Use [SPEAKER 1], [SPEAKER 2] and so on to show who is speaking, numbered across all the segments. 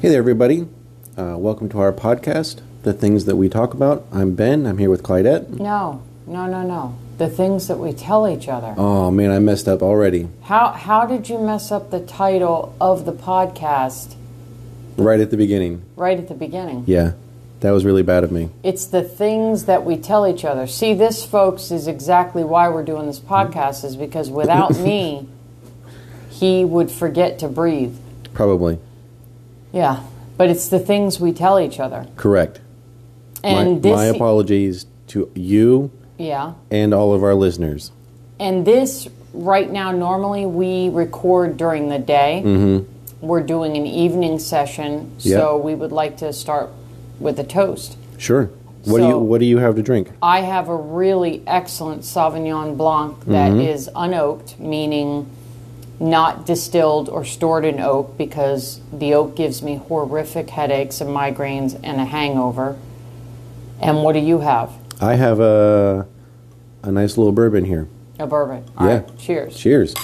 [SPEAKER 1] Hey there, everybody. Uh, welcome to our podcast, The Things That We Talk About. I'm Ben. I'm here with Clydette.
[SPEAKER 2] No, no, no, no. The things that we tell each other.
[SPEAKER 1] Oh, man, I messed up already.
[SPEAKER 2] How how did you mess up the title of the podcast
[SPEAKER 1] Right at the beginning.
[SPEAKER 2] right at the beginning?
[SPEAKER 1] Yeah, that was really bad of me.
[SPEAKER 2] It's the things that we tell each other. See, this folks is exactly why we're doing this
[SPEAKER 1] Hmm.
[SPEAKER 2] podcast is because without me, he would forget to breathe.
[SPEAKER 1] Probably.
[SPEAKER 2] Yeah. But it's the things we tell each other.
[SPEAKER 1] Correct.
[SPEAKER 2] And
[SPEAKER 1] my,
[SPEAKER 2] this
[SPEAKER 1] my apologies to you
[SPEAKER 2] Yeah.
[SPEAKER 1] and all of our listeners.
[SPEAKER 2] And this, right now, normally we record during the day. Mm-hmm. We're doing an evening session, so
[SPEAKER 1] Yep.
[SPEAKER 2] we would like to start with a toast.
[SPEAKER 1] Sure. What do you
[SPEAKER 2] So-
[SPEAKER 1] What do you have to drink?
[SPEAKER 2] I have a really excellent Sauvignon Blanc that is unoaked, meaning not distilled or stored in oak, because the oak gives me horrific headaches and migraines and a hangover. And what do you have?
[SPEAKER 1] I have a a nice little bourbon here.
[SPEAKER 2] A bourbon. All
[SPEAKER 1] Yeah.
[SPEAKER 2] right, cheers.
[SPEAKER 1] Cheers.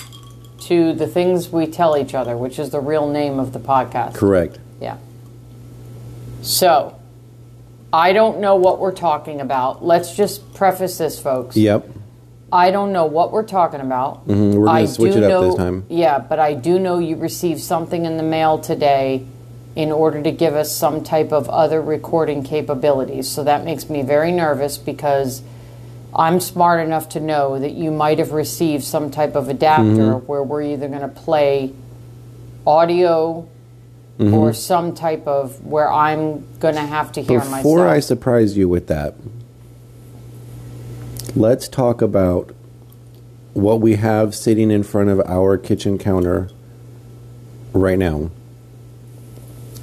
[SPEAKER 2] to the things we tell each other, which is the real name of the podcast.
[SPEAKER 1] Correct.
[SPEAKER 2] Yeah. So, I don't know what we're talking about. Let's just preface this, folks.
[SPEAKER 1] Yep.
[SPEAKER 2] I don't know what we're talking about.
[SPEAKER 1] Mhm, we're gonna
[SPEAKER 2] I
[SPEAKER 1] switch
[SPEAKER 2] do
[SPEAKER 1] it up
[SPEAKER 2] know,
[SPEAKER 1] this time.
[SPEAKER 2] Yeah, but I do know you received something in the mail today in order to give us some type of other recording capabilities. So that makes me very nervous because I'm smart enough to know that you might have received some type of adapter
[SPEAKER 1] Mm-hmm.
[SPEAKER 2] where we're either going to play audio
[SPEAKER 1] Mm-hmm.
[SPEAKER 2] or some type of where I'm going to have to hear
[SPEAKER 1] Before I
[SPEAKER 2] myself.
[SPEAKER 1] surprise you with that, let's talk about what we have sitting in front of our kitchen counter right now.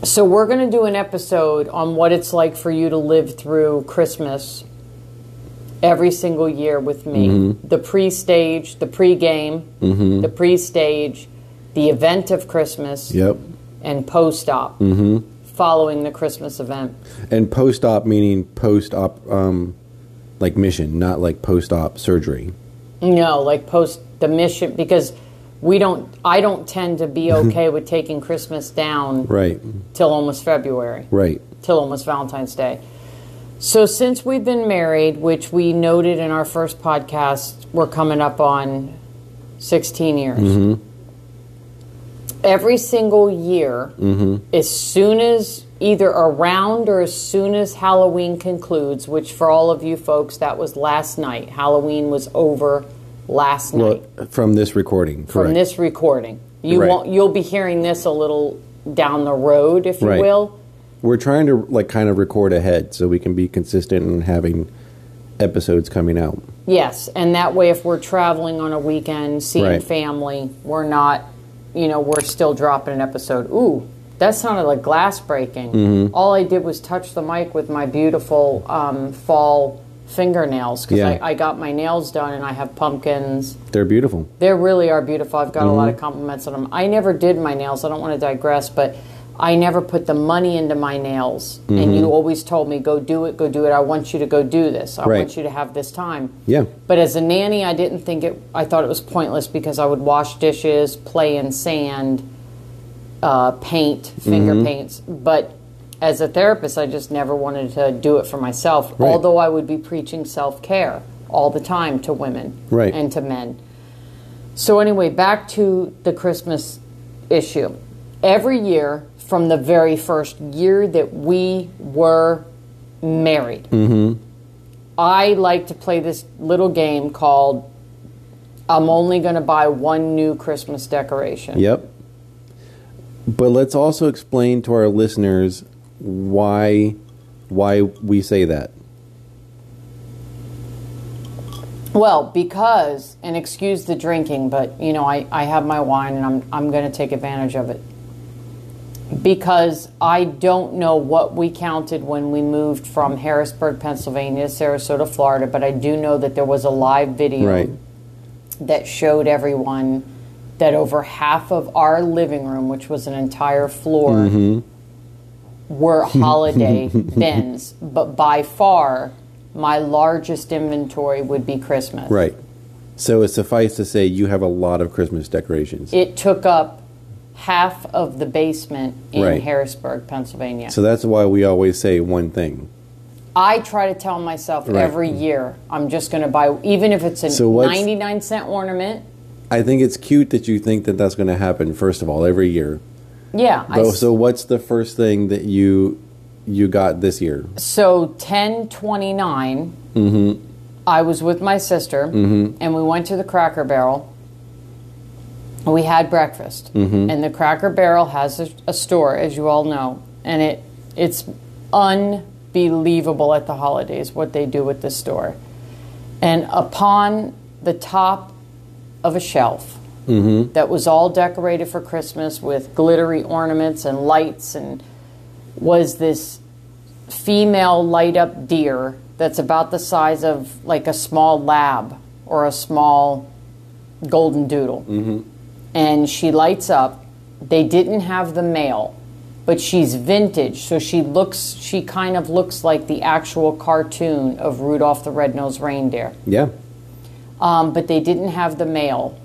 [SPEAKER 2] So we're going to do an episode on what it's like for you to live through Christmas every single year with me.
[SPEAKER 1] Mm-hmm.
[SPEAKER 2] The pre-stage, the pre-game, the pre-stage, the event of Christmas,
[SPEAKER 1] Yep.
[SPEAKER 2] and post-op. Mm-hmm. Following the Christmas event,
[SPEAKER 1] And post op meaning post op, um, like mission, not like post op surgery.
[SPEAKER 2] no, like post the mission because we don't. I don't tend to be okay with taking Christmas down
[SPEAKER 1] Right,
[SPEAKER 2] till almost February.
[SPEAKER 1] right.
[SPEAKER 2] till almost Valentine's Day. So since we've been married, which we noted in our first podcast, we're coming up on 16 years.
[SPEAKER 1] Mm-hmm.
[SPEAKER 2] Every single year,
[SPEAKER 1] Mm-hmm.
[SPEAKER 2] as soon as either around or as soon as Halloween concludes, which for all of you folks, that was last night. Halloween was over last night
[SPEAKER 1] Well, from this recording, correct.
[SPEAKER 2] from this recording. You
[SPEAKER 1] Right.
[SPEAKER 2] won't, you'll be hearing this a little down the road, if you
[SPEAKER 1] Right.
[SPEAKER 2] will.
[SPEAKER 1] We're trying to like kind of record ahead so we can be consistent in having episodes coming out.
[SPEAKER 2] Yes, and that way, if we're traveling on a weekend, seeing
[SPEAKER 1] Right.
[SPEAKER 2] family, we're not, you know, we're still dropping an episode. Ooh, that sounded like glass breaking.
[SPEAKER 1] Mm-hmm.
[SPEAKER 2] All I did was touch the mic with my beautiful um, fall fingernails because
[SPEAKER 1] Yeah.
[SPEAKER 2] I, I got my nails done and I have pumpkins.
[SPEAKER 1] They're beautiful.
[SPEAKER 2] They really are beautiful. I've got a
[SPEAKER 1] Mm-hmm.
[SPEAKER 2] lot of compliments on them. I never did my nails. I don't want to digress, but I never put the money into my nails. And
[SPEAKER 1] Mm-hmm.
[SPEAKER 2] you always told me, go do it, go do it. I want you to go do this. I
[SPEAKER 1] Right.
[SPEAKER 2] want you to have this time.
[SPEAKER 1] Yeah.
[SPEAKER 2] But as a nanny, I didn't think it, I thought it was pointless because I would wash dishes, play in sand, uh, paint, finger
[SPEAKER 1] Mm-hmm.
[SPEAKER 2] paints. But as a therapist, I just never wanted to do it for myself,
[SPEAKER 1] Right.
[SPEAKER 2] although I would be preaching self care all the time to women
[SPEAKER 1] Right.
[SPEAKER 2] and to men. So, anyway, back to the Christmas issue. Every year, from the very first year that we were married, I like to play this little game called I'm only going to buy one new Christmas decoration.
[SPEAKER 1] Yep. But let's also explain to our listeners why why we say that.
[SPEAKER 2] Well, because, and excuse the drinking, but you know, I, I have my wine and I'm, I'm going to take advantage of it. Because I don't know what we counted when we moved from Harrisburg, Pennsylvania to Sarasota, Florida, but I do know that there was a live video
[SPEAKER 1] Right.
[SPEAKER 2] that showed everyone that over half of our living room, which was an entire floor, were holiday bins. But by far, my largest inventory would be Christmas.
[SPEAKER 1] Right. So it suffice to say you have a lot of Christmas decorations.
[SPEAKER 2] It took up half of the basement in
[SPEAKER 1] Right.
[SPEAKER 2] Harrisburg, Pennsylvania.
[SPEAKER 1] So that's why we always say one thing.
[SPEAKER 2] I try to tell myself
[SPEAKER 1] Right.
[SPEAKER 2] every year I'm just going to buy, even if it's a
[SPEAKER 1] So what's-
[SPEAKER 2] 99 cent ornament.
[SPEAKER 1] I think it's cute that you think that that's going to happen. First of all, every year.
[SPEAKER 2] Yeah. I
[SPEAKER 1] But,
[SPEAKER 2] s-
[SPEAKER 1] so what's the first thing that you you got this year?
[SPEAKER 2] So 1029, I was with my sister and we went to the Cracker Barrel. and We had breakfast. And the Cracker Barrel has a, a store, as you all know. And it it's unbelievable at the holidays what they do with this store. And upon the top of a shelf that was all decorated for Christmas with glittery ornaments and lights and was this female light up deer that's about the size of like a small lab or a small golden doodle. And she lights up. They didn't have the male, but she's vintage, so she looks she kind of looks like the actual cartoon of Rudolph the Red-Nosed Reindeer.
[SPEAKER 1] Yeah.
[SPEAKER 2] Um, but they didn't have the male.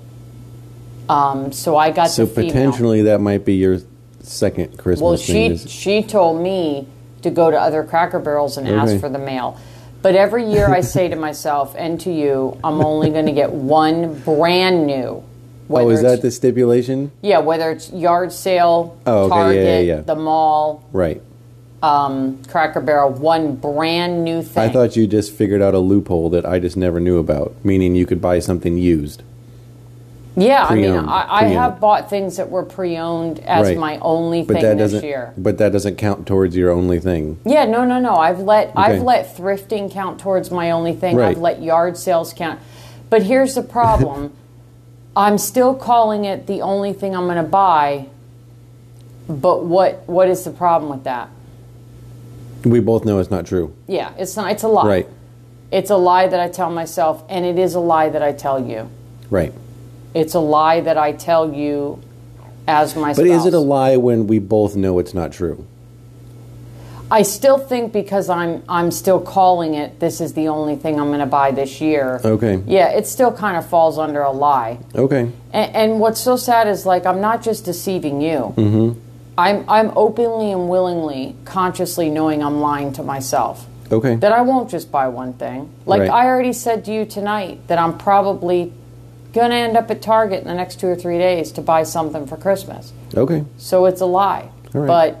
[SPEAKER 2] Um, so I got
[SPEAKER 1] So
[SPEAKER 2] the female.
[SPEAKER 1] potentially that might be your second Christmas
[SPEAKER 2] Well,
[SPEAKER 1] thing.
[SPEAKER 2] she
[SPEAKER 1] is-
[SPEAKER 2] she told me to go to other Cracker Barrels and
[SPEAKER 1] Okay.
[SPEAKER 2] ask for the mail. But every year I say to myself and to you, I'm only going to get one brand new. Whether
[SPEAKER 1] oh, is
[SPEAKER 2] it's-
[SPEAKER 1] that the stipulation?
[SPEAKER 2] yeah? Whether it's yard sale,
[SPEAKER 1] Oh, okay, yeah,
[SPEAKER 2] Target,
[SPEAKER 1] yeah, yeah.
[SPEAKER 2] the mall,
[SPEAKER 1] Right.
[SPEAKER 2] um, Cracker Barrel, one brand new thing.
[SPEAKER 1] I thought you just figured out a loophole that I just never knew about, meaning you could buy something used.
[SPEAKER 2] yeah, I mean,
[SPEAKER 1] pre-owned,
[SPEAKER 2] I, I
[SPEAKER 1] pre-owned.
[SPEAKER 2] have bought things that were pre-owned as
[SPEAKER 1] Right.
[SPEAKER 2] my only
[SPEAKER 1] But
[SPEAKER 2] thing
[SPEAKER 1] that
[SPEAKER 2] this
[SPEAKER 1] doesn't
[SPEAKER 2] year.
[SPEAKER 1] but that doesn't count towards your only thing.
[SPEAKER 2] Yeah, no, no, no. I've let I've
[SPEAKER 1] Okay.
[SPEAKER 2] let thrifting count towards my only thing.
[SPEAKER 1] Right.
[SPEAKER 2] I've let yard sales count. But here's the problem. I'm still calling it the only thing I'm going to buy. But what what is the problem with that?
[SPEAKER 1] We both know it's not true.
[SPEAKER 2] Yeah, it's not it's a lie.
[SPEAKER 1] Right.
[SPEAKER 2] It's a lie that I tell myself and it is a lie that I tell you.
[SPEAKER 1] Right.
[SPEAKER 2] It's a lie that I tell you as my
[SPEAKER 1] But is it a
[SPEAKER 2] spouse.
[SPEAKER 1] lie when we both know it's not true?
[SPEAKER 2] I still think because I'm I'm still calling it this is the only thing I'm going to buy this year.
[SPEAKER 1] Okay.
[SPEAKER 2] Yeah, it still kind of falls under a lie.
[SPEAKER 1] Okay.
[SPEAKER 2] And, and what's so sad is like I'm not just deceiving you. Mm-hmm. I'm I'm openly and willingly, consciously knowing I'm lying to myself.
[SPEAKER 1] Okay.
[SPEAKER 2] That I won't just buy one thing. Like
[SPEAKER 1] Right.
[SPEAKER 2] I already said to you tonight that I'm probably gonna end up at Target in the next two or three days to buy something for Christmas.
[SPEAKER 1] okay.
[SPEAKER 2] So it's a lie.
[SPEAKER 1] All right.
[SPEAKER 2] But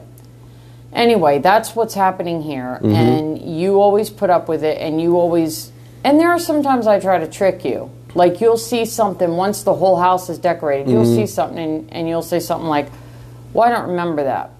[SPEAKER 2] anyway, that's what's happening here.
[SPEAKER 1] Mm-hmm.
[SPEAKER 2] And you always put up with it and you always and there are sometimes I try to trick you. Like you'll see something once the whole house is decorated,
[SPEAKER 1] Mm-hmm.
[SPEAKER 2] you'll see something and, and you'll say something like, Well, I don't remember that.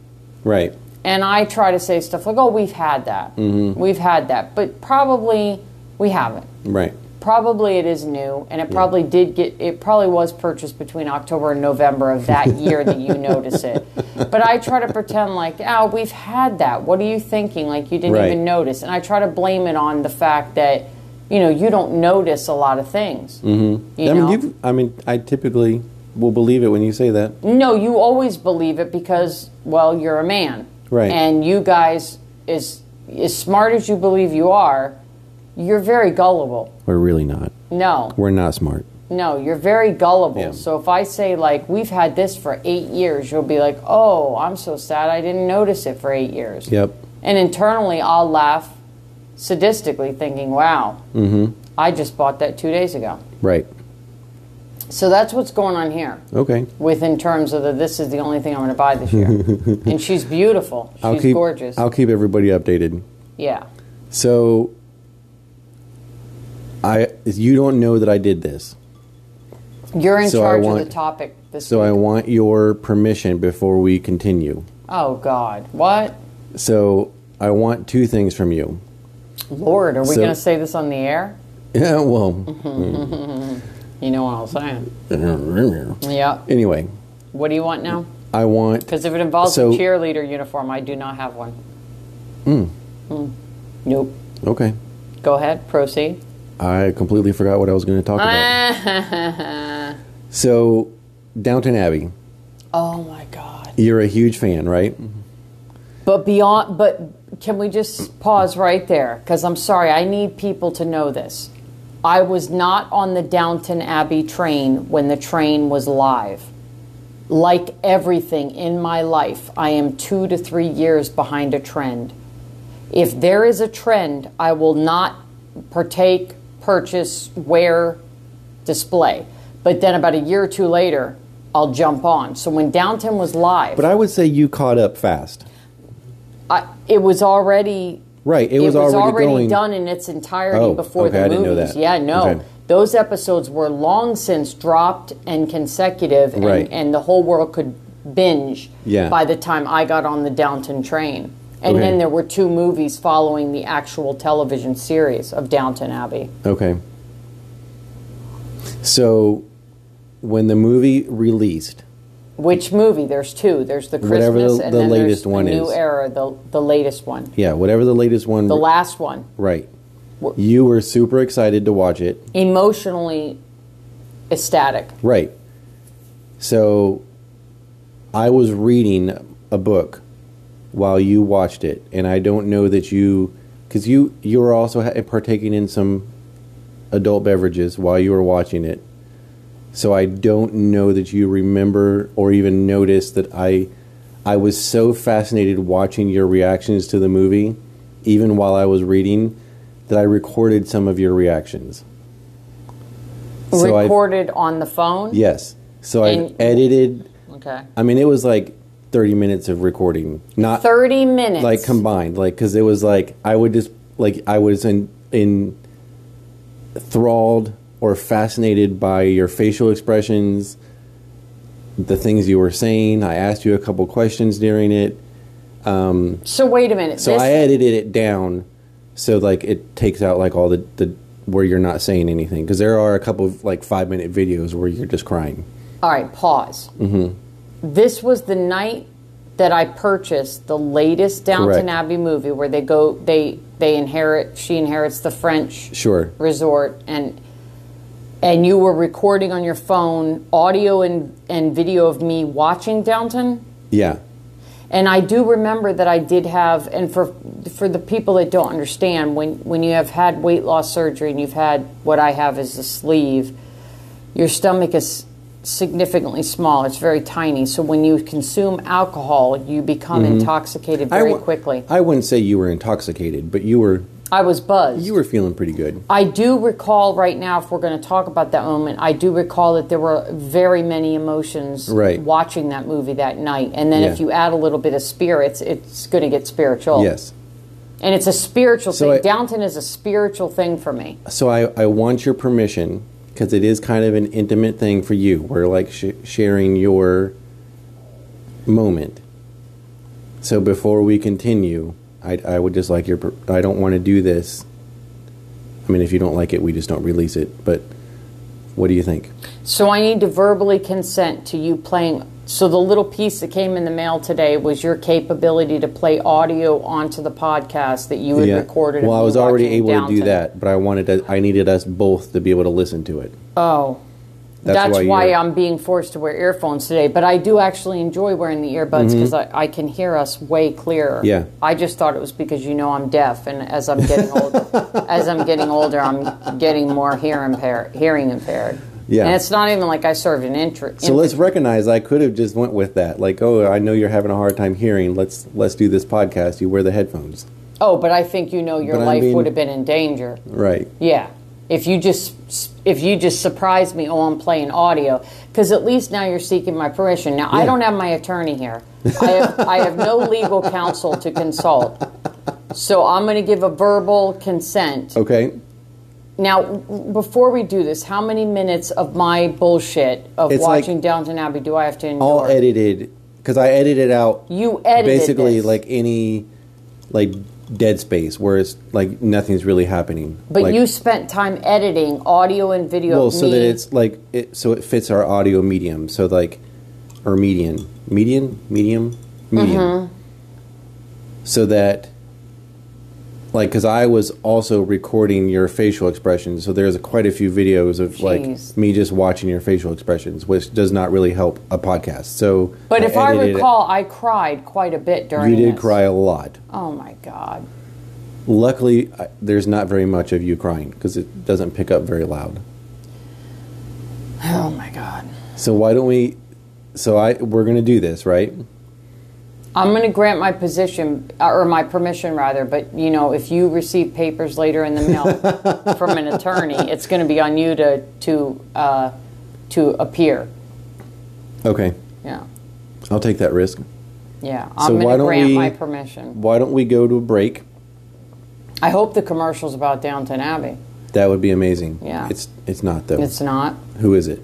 [SPEAKER 1] Right.
[SPEAKER 2] And I try to say stuff like, Oh, we've had that.
[SPEAKER 1] Mm-hmm.
[SPEAKER 2] We've had that. But probably we haven't.
[SPEAKER 1] Right.
[SPEAKER 2] Probably it is new, and it probably did get. It probably was purchased between October and November of that year that you notice it. But I try to pretend like, oh, we've had that. What are you thinking? Like you didn't
[SPEAKER 1] Right.
[SPEAKER 2] even notice. And I try to blame it on the fact that, you know, you don't notice a lot of things. Mm-hmm. You
[SPEAKER 1] I mean,
[SPEAKER 2] know?
[SPEAKER 1] you I mean, I typically will believe it when you say that.
[SPEAKER 2] No, you always believe it because, well, you're a man.
[SPEAKER 1] Right.
[SPEAKER 2] And you guys, as as smart as you believe you are, you're very gullible.
[SPEAKER 1] We're really not.
[SPEAKER 2] No.
[SPEAKER 1] We're not smart.
[SPEAKER 2] No, you're very gullible.
[SPEAKER 1] Yeah.
[SPEAKER 2] So if I say like we've had this for eight years, you'll be like, "Oh, I'm so sad I didn't notice it for eight years."
[SPEAKER 1] Yep.
[SPEAKER 2] And internally, I'll laugh sadistically, thinking, "Wow, mm-hmm. I just bought that two days ago."
[SPEAKER 1] Right.
[SPEAKER 2] So that's what's going on here
[SPEAKER 1] Okay.
[SPEAKER 2] with in terms of the this is the only thing I'm going to buy this year. and she's beautiful. She's
[SPEAKER 1] I'll keep
[SPEAKER 2] gorgeous.
[SPEAKER 1] I'll keep everybody updated.
[SPEAKER 2] yeah.
[SPEAKER 1] So I you don't know that I did this.
[SPEAKER 2] You're in
[SPEAKER 1] So I
[SPEAKER 2] charge
[SPEAKER 1] want-
[SPEAKER 2] of the topic this
[SPEAKER 1] So I
[SPEAKER 2] week.
[SPEAKER 1] want your permission before we continue.
[SPEAKER 2] oh God, what?
[SPEAKER 1] So I want two things from you.
[SPEAKER 2] Lord, are we
[SPEAKER 1] So-
[SPEAKER 2] going to say this on the air?
[SPEAKER 1] Yeah, well,
[SPEAKER 2] You know what I'm saying? Yeah.
[SPEAKER 1] anyway,
[SPEAKER 2] What do you want now?
[SPEAKER 1] I want
[SPEAKER 2] Because if it involves
[SPEAKER 1] So-
[SPEAKER 2] a cheerleader uniform, I do not have one. Mm. Nope.
[SPEAKER 1] Okay.
[SPEAKER 2] Go ahead. Proceed.
[SPEAKER 1] I completely forgot what I was going to talk
[SPEAKER 2] Ah.
[SPEAKER 1] about.
[SPEAKER 2] oh
[SPEAKER 1] So, Downton Abbey,
[SPEAKER 2] my god.
[SPEAKER 1] you're a huge fan, right?
[SPEAKER 2] But beyond, but can we just pause right there? Because I'm sorry, I need people to know this. I was not on the Downton Abbey train when the train was live. Like everything in my life, I am two to three years behind a trend. If there is a trend, I will not partake, purchase, wear, display. But then about a year or two later, I'll jump on. So when Downton was live,
[SPEAKER 1] But I would say you caught up fast.
[SPEAKER 2] I, it was already
[SPEAKER 1] Right, it was already going-
[SPEAKER 2] done in its entirety
[SPEAKER 1] Oh,
[SPEAKER 2] before
[SPEAKER 1] okay,
[SPEAKER 2] the
[SPEAKER 1] I
[SPEAKER 2] movies.
[SPEAKER 1] didn't know that.
[SPEAKER 2] Yeah, no,
[SPEAKER 1] Okay.
[SPEAKER 2] those episodes were long since dropped and consecutive, and,
[SPEAKER 1] Right.
[SPEAKER 2] and the whole world could binge.
[SPEAKER 1] Yeah.
[SPEAKER 2] by the time I got on the Downton train, and
[SPEAKER 1] Okay.
[SPEAKER 2] then there were two movies following the actual television series of Downton Abbey.
[SPEAKER 1] Okay. So when the movie released,
[SPEAKER 2] Which movie? There's two. There's the Christmas
[SPEAKER 1] Whatever the-
[SPEAKER 2] and
[SPEAKER 1] the
[SPEAKER 2] then
[SPEAKER 1] latest
[SPEAKER 2] there's
[SPEAKER 1] one
[SPEAKER 2] the New
[SPEAKER 1] is.
[SPEAKER 2] Era, the the latest one,
[SPEAKER 1] yeah, whatever the latest one
[SPEAKER 2] the last one.
[SPEAKER 1] right. You were super excited to watch it.
[SPEAKER 2] Emotionally ecstatic.
[SPEAKER 1] Right. So I was reading a book while you watched it, and I don't know that you, because you you were also ha- partaking in some adult beverages while you were watching it. So I don't know that you remember or even noticed that I I was so fascinated watching your reactions to the movie, even while I was reading, that I recorded some of your reactions. So I-
[SPEAKER 2] recorded on the phone.
[SPEAKER 1] Yes. So I
[SPEAKER 2] And-
[SPEAKER 1] edited.
[SPEAKER 2] Okay.
[SPEAKER 1] I mean, it was like 30 minutes of recording, not
[SPEAKER 2] Thirty minutes.
[SPEAKER 1] like combined, like because it was like I would just like I was in in enthralled or fascinated by your facial expressions, the things you were saying. I asked you a couple questions during it,
[SPEAKER 2] so wait a minute.
[SPEAKER 1] so
[SPEAKER 2] this,
[SPEAKER 1] I edited it down so like it takes out like all the the where you're not saying anything because there are a couple of like five minute videos where you're just crying.
[SPEAKER 2] all right. Pause. Mm-hmm. This was the night that I purchased the latest Downton
[SPEAKER 1] Correct.
[SPEAKER 2] Abbey movie, where they go, they they inherit, she inherits the French
[SPEAKER 1] Sure.
[SPEAKER 2] resort, and and you were recording on your phone audio and and video of me watching Downton.
[SPEAKER 1] Yeah.
[SPEAKER 2] And I do remember that I did have, and for for the people that don't understand, when when you have had weight loss surgery and you've had what I have is a sleeve, your stomach is significantly small. It's very tiny. So when you consume alcohol, you become intoxicated
[SPEAKER 1] Mm-hmm. I
[SPEAKER 2] very
[SPEAKER 1] wou-
[SPEAKER 2] quickly.
[SPEAKER 1] I wouldn't say you were intoxicated, but you were
[SPEAKER 2] I was buzzed.
[SPEAKER 1] you were feeling pretty good.
[SPEAKER 2] I do recall right now, if we're going to talk about that moment, I do recall that there were very many emotions
[SPEAKER 1] Right.
[SPEAKER 2] watching that movie that night. And then if
[SPEAKER 1] Yeah.
[SPEAKER 2] you add a little bit of spirits, it's going to get spiritual.
[SPEAKER 1] Yes.
[SPEAKER 2] And it's a spiritual
[SPEAKER 1] So
[SPEAKER 2] thing.
[SPEAKER 1] I-
[SPEAKER 2] Downton is a spiritual thing for me.
[SPEAKER 1] So I, I want your permission because it is kind of an intimate thing for you. We're like sh- sharing your moment. So before we continue, I, I would just like your. per- I don't want to do this. I mean, if you don't like it, we just don't release it. But what do you think?
[SPEAKER 2] So I need to verbally consent to you playing. So the little piece that came in the mail today was your capability to play audio onto the podcast that you had recorded.
[SPEAKER 1] Well,
[SPEAKER 2] and
[SPEAKER 1] I
[SPEAKER 2] we
[SPEAKER 1] was
[SPEAKER 2] were
[SPEAKER 1] already
[SPEAKER 2] watching
[SPEAKER 1] able to do
[SPEAKER 2] Downton.
[SPEAKER 1] that, but I wanted to, I needed us both to be able to listen to it.
[SPEAKER 2] Oh.
[SPEAKER 1] That's
[SPEAKER 2] That's,
[SPEAKER 1] why
[SPEAKER 2] why,
[SPEAKER 1] you're-
[SPEAKER 2] I'm being forced to wear earphones today, but I do actually enjoy wearing the earbuds because I, I can hear us way clearer.
[SPEAKER 1] Mm-hmm. Yeah.
[SPEAKER 2] I just thought it was because you know I'm deaf, and as I'm getting older, as I'm getting older, I'm getting more hear impaired, hearing impaired.
[SPEAKER 1] Yeah.
[SPEAKER 2] And it's not even like I served an interest.
[SPEAKER 1] So let's recognize I could have just went with that. Like, oh, I know you're having a hard time hearing. Let's let's do this podcast. You wear the headphones,
[SPEAKER 2] oh, but I think you know your
[SPEAKER 1] But I
[SPEAKER 2] life
[SPEAKER 1] mean-
[SPEAKER 2] would have been in danger.
[SPEAKER 1] right?
[SPEAKER 2] Yeah. If you just if you just surprise me, oh, I'm playing audio, because at least now you're seeking my permission. Now I
[SPEAKER 1] Yeah.
[SPEAKER 2] don't have my attorney here. I have, I have no legal counsel to consult, so I'm going to give a verbal consent.
[SPEAKER 1] Okay.
[SPEAKER 2] Now, w- before we do this, how many minutes of my bullshit of
[SPEAKER 1] It's like-
[SPEAKER 2] watching Downton Abbey do I have to endure?
[SPEAKER 1] All edited because I edited out
[SPEAKER 2] You edited
[SPEAKER 1] basically
[SPEAKER 2] this.
[SPEAKER 1] like any like dead space where it's like nothing's really happening.
[SPEAKER 2] but
[SPEAKER 1] Like-
[SPEAKER 2] you spent time editing audio and video.
[SPEAKER 1] well,
[SPEAKER 2] of
[SPEAKER 1] so
[SPEAKER 2] me.
[SPEAKER 1] that it's like it so it fits our audio medium. So like or median, median, medium, medium.
[SPEAKER 2] Mm-hmm.
[SPEAKER 1] So that like because I was also recording your facial expressions. So there's quite a few videos of
[SPEAKER 2] Jeez.
[SPEAKER 1] like me just watching your facial expressions, which does not really help a podcast. So
[SPEAKER 2] But if I
[SPEAKER 1] edited it.
[SPEAKER 2] recall, I cried quite a bit during.
[SPEAKER 1] you did
[SPEAKER 2] this.
[SPEAKER 1] cry a lot.
[SPEAKER 2] Oh my god.
[SPEAKER 1] Luckily, I, there's not very much of you crying because it doesn't pick up very loud.
[SPEAKER 2] Oh my god.
[SPEAKER 1] So why don't we so I we're gonna do this, right?
[SPEAKER 2] I'm going to grant my position, uh, or my permission rather, but you know, if you receive papers later in the mail from an attorney, it's going to be on you to, to, uh, to appear.
[SPEAKER 1] Okay,
[SPEAKER 2] Yeah.
[SPEAKER 1] I'll take that risk.
[SPEAKER 2] Yeah.
[SPEAKER 1] So
[SPEAKER 2] I'm
[SPEAKER 1] why
[SPEAKER 2] going to
[SPEAKER 1] don't
[SPEAKER 2] grant
[SPEAKER 1] we-
[SPEAKER 2] my permission.
[SPEAKER 1] Why don't we go to a break?
[SPEAKER 2] I hope the commercial's about Downton Abbey.
[SPEAKER 1] That would be amazing.
[SPEAKER 2] Yeah.
[SPEAKER 1] It's it's not though.
[SPEAKER 2] It's not.
[SPEAKER 1] Who is it?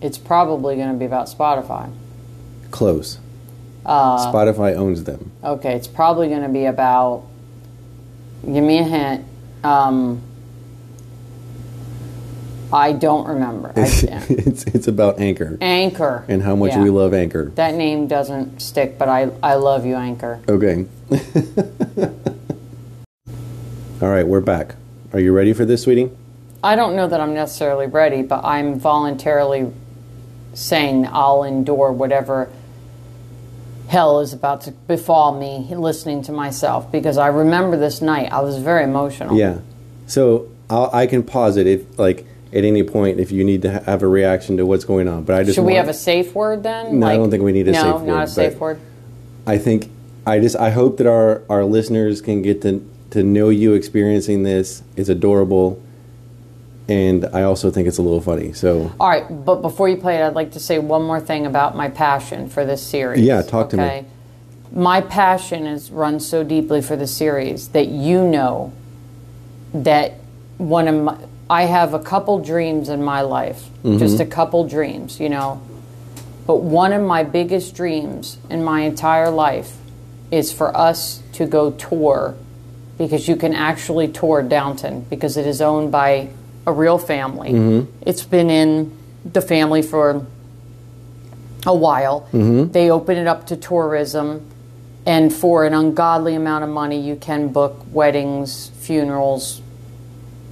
[SPEAKER 2] It's probably going to be about Spotify.
[SPEAKER 1] Close.
[SPEAKER 2] Uh,
[SPEAKER 1] Spotify owns them.
[SPEAKER 2] Okay, it's probably going to be about. Give me a hint. Um, I don't remember. I
[SPEAKER 1] It's
[SPEAKER 2] can't.
[SPEAKER 1] it's, it's about Anchor
[SPEAKER 2] Anchor.
[SPEAKER 1] and how much
[SPEAKER 2] Yeah.
[SPEAKER 1] we love Anchor.
[SPEAKER 2] That name doesn't stick, but I, I love you, Anchor.
[SPEAKER 1] Okay. All right, we're back. Are you ready for this, sweetie?
[SPEAKER 2] I don't know that I'm necessarily ready, but I'm voluntarily saying I'll endure whatever hell is about to befall me listening to myself because I remember this night. I was very emotional.
[SPEAKER 1] Yeah. So I'll, I can pause it if, like, at any point if you need to ha- have a reaction to what's going on. But I just
[SPEAKER 2] Should we
[SPEAKER 1] want-
[SPEAKER 2] have a safe word then?
[SPEAKER 1] No, I don't think we need a safe
[SPEAKER 2] No,
[SPEAKER 1] word,
[SPEAKER 2] not a
[SPEAKER 1] but-
[SPEAKER 2] safe word.
[SPEAKER 1] I think I just I hope that our our listeners can get to to know you experiencing this. It's adorable, and I also think it's a little funny. So
[SPEAKER 2] All right, but before you play it, I'd like to say one more thing about my passion for this series.
[SPEAKER 1] Yeah, talk to me.
[SPEAKER 2] okay? My passion is runs so deeply for the series that you know that one of my, I have a couple dreams in my life,
[SPEAKER 1] Mm-hmm.
[SPEAKER 2] just a couple dreams, you know. But one of my biggest dreams in my entire life is for us to go tour because you can actually tour Downton because it is owned by a real family. It's been in the family for a while. They open it up to tourism, and for an ungodly amount of money, you can book weddings, funerals,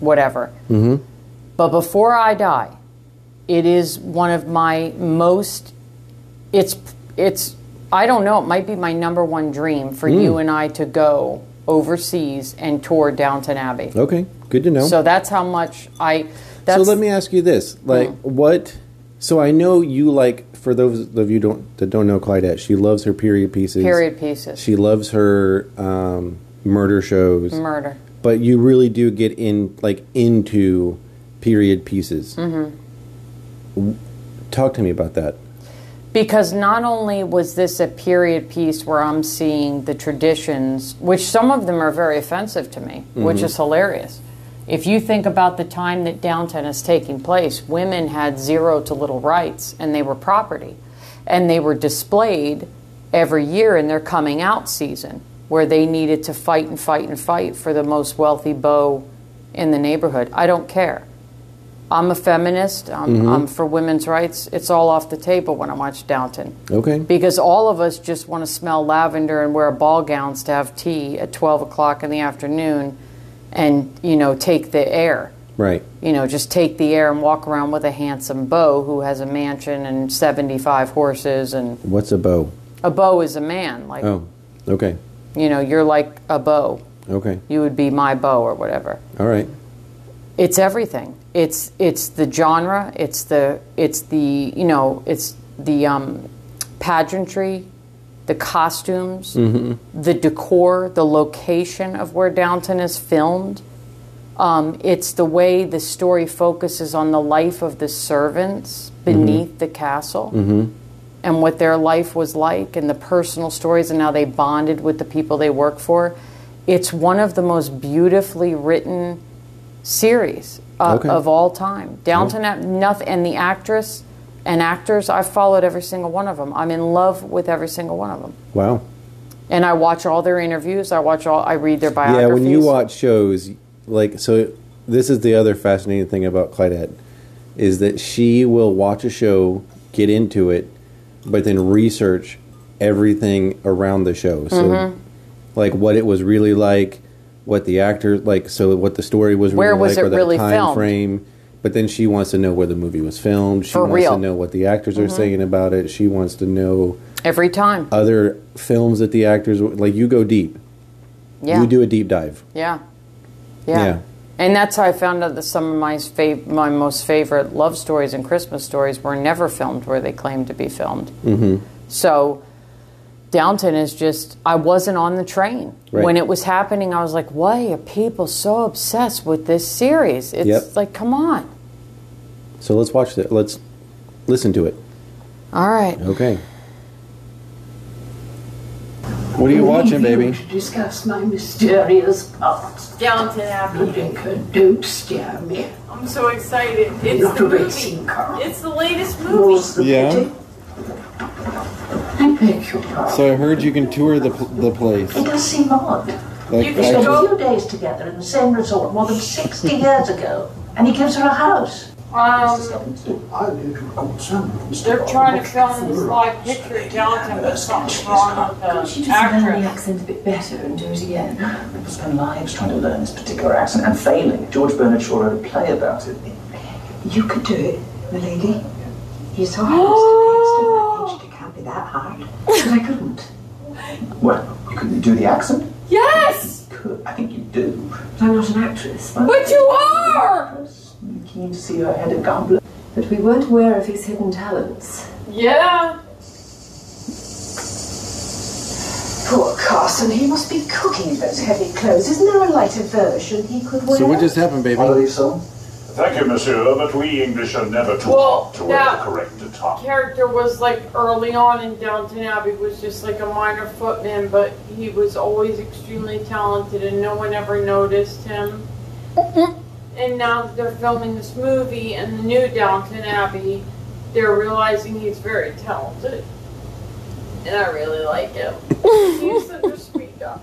[SPEAKER 2] whatever. But before I die, it is one of my most. It's it's. I don't know. It might be my number one dream
[SPEAKER 1] Hmm.
[SPEAKER 2] for you and I to go overseas and tour Downton Abbey.
[SPEAKER 1] okay, good to know.
[SPEAKER 2] So that's how much I. That's, Oh.
[SPEAKER 1] so let me ask you this: like, what? So I know you like for those of you don't that don't know Clydette, she loves her period pieces.
[SPEAKER 2] period pieces.
[SPEAKER 1] She loves her um, murder shows.
[SPEAKER 2] murder.
[SPEAKER 1] but you really do get in like into period pieces. Mm-hmm. Talk to me about that.
[SPEAKER 2] Because not only was this a period piece where I'm seeing the traditions, which some of them are very offensive to me, which is hilarious. If you think about the time that downtown is taking place, women had zero to little rights and they were property. And they were displayed every year in their coming out season, where they needed to fight and fight and fight for the most wealthy beau in the neighborhood. I don't care. I'm a feminist. I'm, I'm for women's rights. It's all off the table when I watch Downton.
[SPEAKER 1] Okay.
[SPEAKER 2] Because all of us just want to smell lavender and wear ball gowns to have tea at 12 o'clock in the afternoon and, you know, take the air.
[SPEAKER 1] right.
[SPEAKER 2] You know, just take the air and walk around with a handsome beau who has a mansion and 75 horses. And
[SPEAKER 1] What's a bow?
[SPEAKER 2] a beau is a man. Like,
[SPEAKER 1] Oh, okay.
[SPEAKER 2] you know, you're like a beau.
[SPEAKER 1] Okay.
[SPEAKER 2] You would be my beau or whatever.
[SPEAKER 1] All right.
[SPEAKER 2] it's everything. It's it's the genre. It's the it's the you know it's the um, pageantry, the costumes, the decor, the location of where Downton is filmed. Um, it's the way the story focuses on the life of the servants beneath the castle
[SPEAKER 1] Mm-hmm.
[SPEAKER 2] and what their life was like and the personal stories and how they bonded with the people they work for. It's one of the most beautifully written series uh,
[SPEAKER 1] Okay.
[SPEAKER 2] of all time. Downton Abbey, nothing, and the actress and actors, I've followed every single one of them. I'm in love with every single one of them.
[SPEAKER 1] Wow.
[SPEAKER 2] And I watch all their interviews. I watch all. I read their biographies.
[SPEAKER 1] Yeah, when you watch shows, like, so this is the other fascinating thing about Clydette is that she will watch a show, get into it, but then research everything around the show. So,
[SPEAKER 2] Mm-hmm.
[SPEAKER 1] like, what it was really like, what the actor, like, so what the story was
[SPEAKER 2] Where
[SPEAKER 1] really
[SPEAKER 2] was
[SPEAKER 1] like,
[SPEAKER 2] it
[SPEAKER 1] or that
[SPEAKER 2] really
[SPEAKER 1] time
[SPEAKER 2] filmed?
[SPEAKER 1] frame. But then she wants to know where the movie was filmed. She
[SPEAKER 2] For
[SPEAKER 1] wants
[SPEAKER 2] real. Mm-hmm.
[SPEAKER 1] to know what the actors are saying about it. She wants to know
[SPEAKER 2] every time.
[SPEAKER 1] other films that the actors, like, you go deep.
[SPEAKER 2] yeah.
[SPEAKER 1] You do a deep dive.
[SPEAKER 2] Yeah. Yeah.
[SPEAKER 1] Yeah.
[SPEAKER 2] And that's how I found out that some of my fav- my most favorite love stories and Christmas stories were never filmed where they claimed to be filmed. Mm-hmm. So Downton is just I wasn't on the train
[SPEAKER 1] Right.
[SPEAKER 2] when it was happening. I was like, why are people so obsessed with this series? It's
[SPEAKER 1] Yep.
[SPEAKER 2] like, come on.
[SPEAKER 1] So let's watch that. Let's listen to it.
[SPEAKER 2] All right.
[SPEAKER 1] Okay. What are you watching, baby?
[SPEAKER 3] To discuss my mysterious past.
[SPEAKER 4] Downton Abbey.
[SPEAKER 3] Rebecca, don't stare me.
[SPEAKER 4] I'm so excited. It's
[SPEAKER 3] Not
[SPEAKER 4] the
[SPEAKER 3] a racing
[SPEAKER 4] movie.
[SPEAKER 3] car.
[SPEAKER 4] It's the latest movie.
[SPEAKER 3] More's the
[SPEAKER 1] Yeah.
[SPEAKER 3] pity. I beg your pardon.
[SPEAKER 1] So I heard you can tour the pl- the place.
[SPEAKER 3] it does seem odd.
[SPEAKER 1] Like,
[SPEAKER 3] They
[SPEAKER 4] can
[SPEAKER 3] spent
[SPEAKER 1] I,
[SPEAKER 4] go-
[SPEAKER 3] a few days together in the same resort more than 60 years ago, and he gives her a house.
[SPEAKER 4] Um,
[SPEAKER 3] They're
[SPEAKER 4] they're trying to film this live picture of Downton, but something's wrong
[SPEAKER 5] She
[SPEAKER 4] with
[SPEAKER 5] just learn
[SPEAKER 4] the
[SPEAKER 5] the
[SPEAKER 4] actress.
[SPEAKER 5] accent a bit better and do it again.
[SPEAKER 6] spend lives trying to learn this particular accent and failing. George Bernard Shaw wrote a play about it.
[SPEAKER 5] You could do it, my lady. You saw how I
[SPEAKER 4] Oh,
[SPEAKER 5] was to It can't be that hard. But I couldn't.
[SPEAKER 6] Well, you couldn't do the accent?
[SPEAKER 4] Yes,
[SPEAKER 6] Could. I think you do.
[SPEAKER 5] But I'm not an actress.
[SPEAKER 4] but you are.
[SPEAKER 6] I'm keen to see her head of goblet.
[SPEAKER 5] But we weren't aware of his hidden talents.
[SPEAKER 4] Yeah.
[SPEAKER 5] Poor Carson, he must be cooking in those heavy clothes. Isn't there a lighter version he could wear?
[SPEAKER 1] so what just happened, baby?
[SPEAKER 6] I believe so.
[SPEAKER 7] Thank you, monsieur, but we English are never too
[SPEAKER 4] Well,
[SPEAKER 7] hot to wear
[SPEAKER 4] that-
[SPEAKER 7] the correct attire.
[SPEAKER 4] Character was like early on in Downton Abbey was just like a minor footman, but he was always extremely talented, and no one ever noticed him. And now that they're filming this movie and the new Downton Abbey, they're realizing he's very talented. And I really like him. he's such a sweet guy.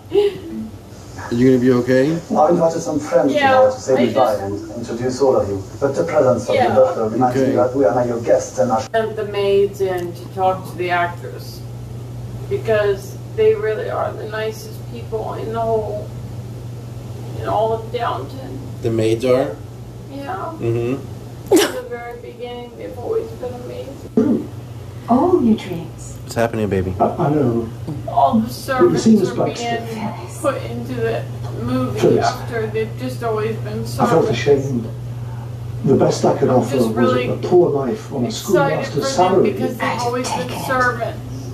[SPEAKER 1] Are you gonna be okay?
[SPEAKER 6] I invited some friends
[SPEAKER 4] Yeah,
[SPEAKER 6] tomorrow to say
[SPEAKER 4] I
[SPEAKER 6] goodbye
[SPEAKER 4] just-
[SPEAKER 6] and introduce all of you. But the presence of
[SPEAKER 4] Yeah.
[SPEAKER 6] the doctor reminds
[SPEAKER 1] Okay.
[SPEAKER 6] me that we are now your guests and our
[SPEAKER 4] Sent the maids in to talk to the actress because they really are the nicest people in the whole, in all of Downton.
[SPEAKER 1] The maids are.
[SPEAKER 4] Yeah,
[SPEAKER 1] Mm-hmm.
[SPEAKER 4] from the very beginning, they've always been amazing.
[SPEAKER 5] All new dreams.
[SPEAKER 1] What's happening, baby?
[SPEAKER 6] I know.
[SPEAKER 4] All the servants
[SPEAKER 6] seen this
[SPEAKER 4] are
[SPEAKER 6] box
[SPEAKER 4] being
[SPEAKER 5] Yes.
[SPEAKER 4] put into the movie
[SPEAKER 6] Please.
[SPEAKER 4] after they've just always been
[SPEAKER 6] I felt
[SPEAKER 4] servants.
[SPEAKER 6] ashamed. The best I could
[SPEAKER 4] Um, I'm
[SPEAKER 6] offer
[SPEAKER 4] just
[SPEAKER 6] was
[SPEAKER 4] really
[SPEAKER 6] a poor life on a
[SPEAKER 4] Excited for
[SPEAKER 6] schoolmaster's
[SPEAKER 4] them
[SPEAKER 6] salary.
[SPEAKER 4] because
[SPEAKER 5] I'd
[SPEAKER 4] they've always
[SPEAKER 5] have
[SPEAKER 4] been
[SPEAKER 5] taken it.
[SPEAKER 4] servants.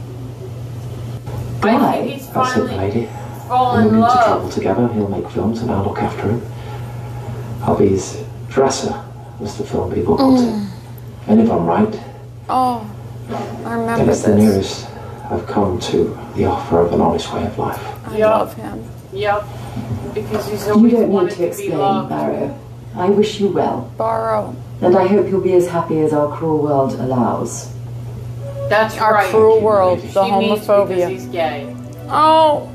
[SPEAKER 4] I think
[SPEAKER 5] Why?
[SPEAKER 4] he's
[SPEAKER 8] That's it,
[SPEAKER 4] finally
[SPEAKER 8] lady.
[SPEAKER 4] fallen
[SPEAKER 8] We'll
[SPEAKER 4] in
[SPEAKER 8] need to travel
[SPEAKER 4] love.
[SPEAKER 8] together. He'll make films and I'll look after him. I'll be his dresser, as the film people call
[SPEAKER 4] Mm.
[SPEAKER 8] it. And if I'm right,
[SPEAKER 2] Oh, I
[SPEAKER 8] then
[SPEAKER 2] remember
[SPEAKER 8] it's the nearest I've come to the offer of an honest way of life.
[SPEAKER 2] I
[SPEAKER 4] Yep.
[SPEAKER 2] love him.
[SPEAKER 4] Yep, because he's
[SPEAKER 9] You
[SPEAKER 4] always
[SPEAKER 9] don't need
[SPEAKER 4] wanted
[SPEAKER 9] to
[SPEAKER 4] to be
[SPEAKER 9] explain,
[SPEAKER 4] loved.
[SPEAKER 9] Barrow. I wish you well,
[SPEAKER 2] Borrow.
[SPEAKER 9] and I hope you'll be as happy as our cruel world allows.
[SPEAKER 4] That's
[SPEAKER 2] Our
[SPEAKER 4] right.
[SPEAKER 2] cruel world,
[SPEAKER 4] She
[SPEAKER 2] the
[SPEAKER 4] means because
[SPEAKER 2] homophobia.
[SPEAKER 4] he's gay.
[SPEAKER 2] Oh.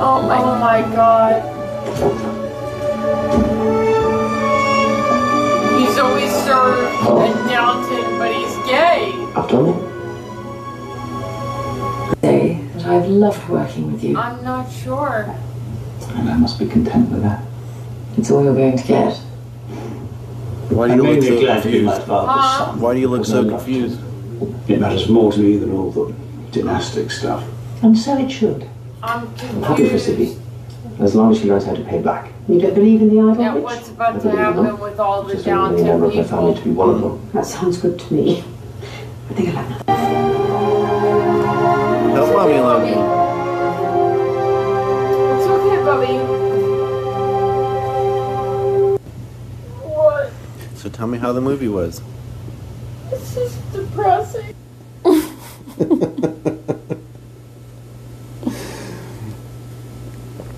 [SPEAKER 2] Oh my
[SPEAKER 4] Oh my god. He's always served and Downton, but he's gay.
[SPEAKER 8] I've done it.
[SPEAKER 9] Say that I've loved working with you.
[SPEAKER 4] I'm not sure.
[SPEAKER 8] And I must be content with that.
[SPEAKER 9] It's all you're going to get.
[SPEAKER 1] Why do
[SPEAKER 10] I'm
[SPEAKER 1] you look
[SPEAKER 10] mainly
[SPEAKER 1] so
[SPEAKER 10] glad you
[SPEAKER 1] confused?
[SPEAKER 10] my father's
[SPEAKER 4] Huh?
[SPEAKER 10] son.
[SPEAKER 1] Why do you look so
[SPEAKER 10] Although
[SPEAKER 1] confused?
[SPEAKER 10] It matters more to me than all the dynastic stuff.
[SPEAKER 8] And so it should.
[SPEAKER 4] I'm
[SPEAKER 8] I'm happy for Sibby.
[SPEAKER 4] confused
[SPEAKER 8] As long as she knows how to pay back.
[SPEAKER 9] You don't believe in the idol
[SPEAKER 4] at
[SPEAKER 9] witch?
[SPEAKER 4] what's about to
[SPEAKER 8] Nobody will know.
[SPEAKER 4] happen with all the
[SPEAKER 8] Just a willing member
[SPEAKER 4] Downton
[SPEAKER 8] of her family
[SPEAKER 4] people.
[SPEAKER 8] to be one of them.
[SPEAKER 9] That sounds good to me. I think I'll have
[SPEAKER 1] Help mommy alone.
[SPEAKER 4] It's okay, Bubby. What?
[SPEAKER 1] So tell me how the movie was.
[SPEAKER 4] This is depressing.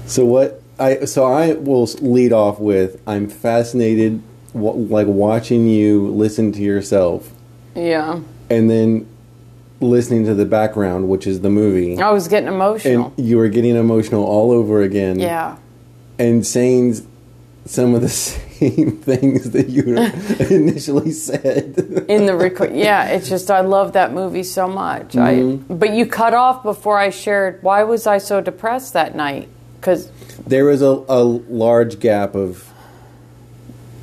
[SPEAKER 1] So what I so I will s- lead off with I'm fascinated wa like watching you listen to yourself
[SPEAKER 2] Yeah.
[SPEAKER 1] and then listening to the background which is the movie
[SPEAKER 2] I was getting
[SPEAKER 1] and
[SPEAKER 2] emotional.
[SPEAKER 1] you were getting emotional all over again
[SPEAKER 2] yeah.
[SPEAKER 1] and saying s- some of the same things that you initially said
[SPEAKER 2] In the record, yeah, it's just I love that movie so much. I but you cut off before I shared. Why was I so depressed that night? Because
[SPEAKER 1] there was a, a large gap of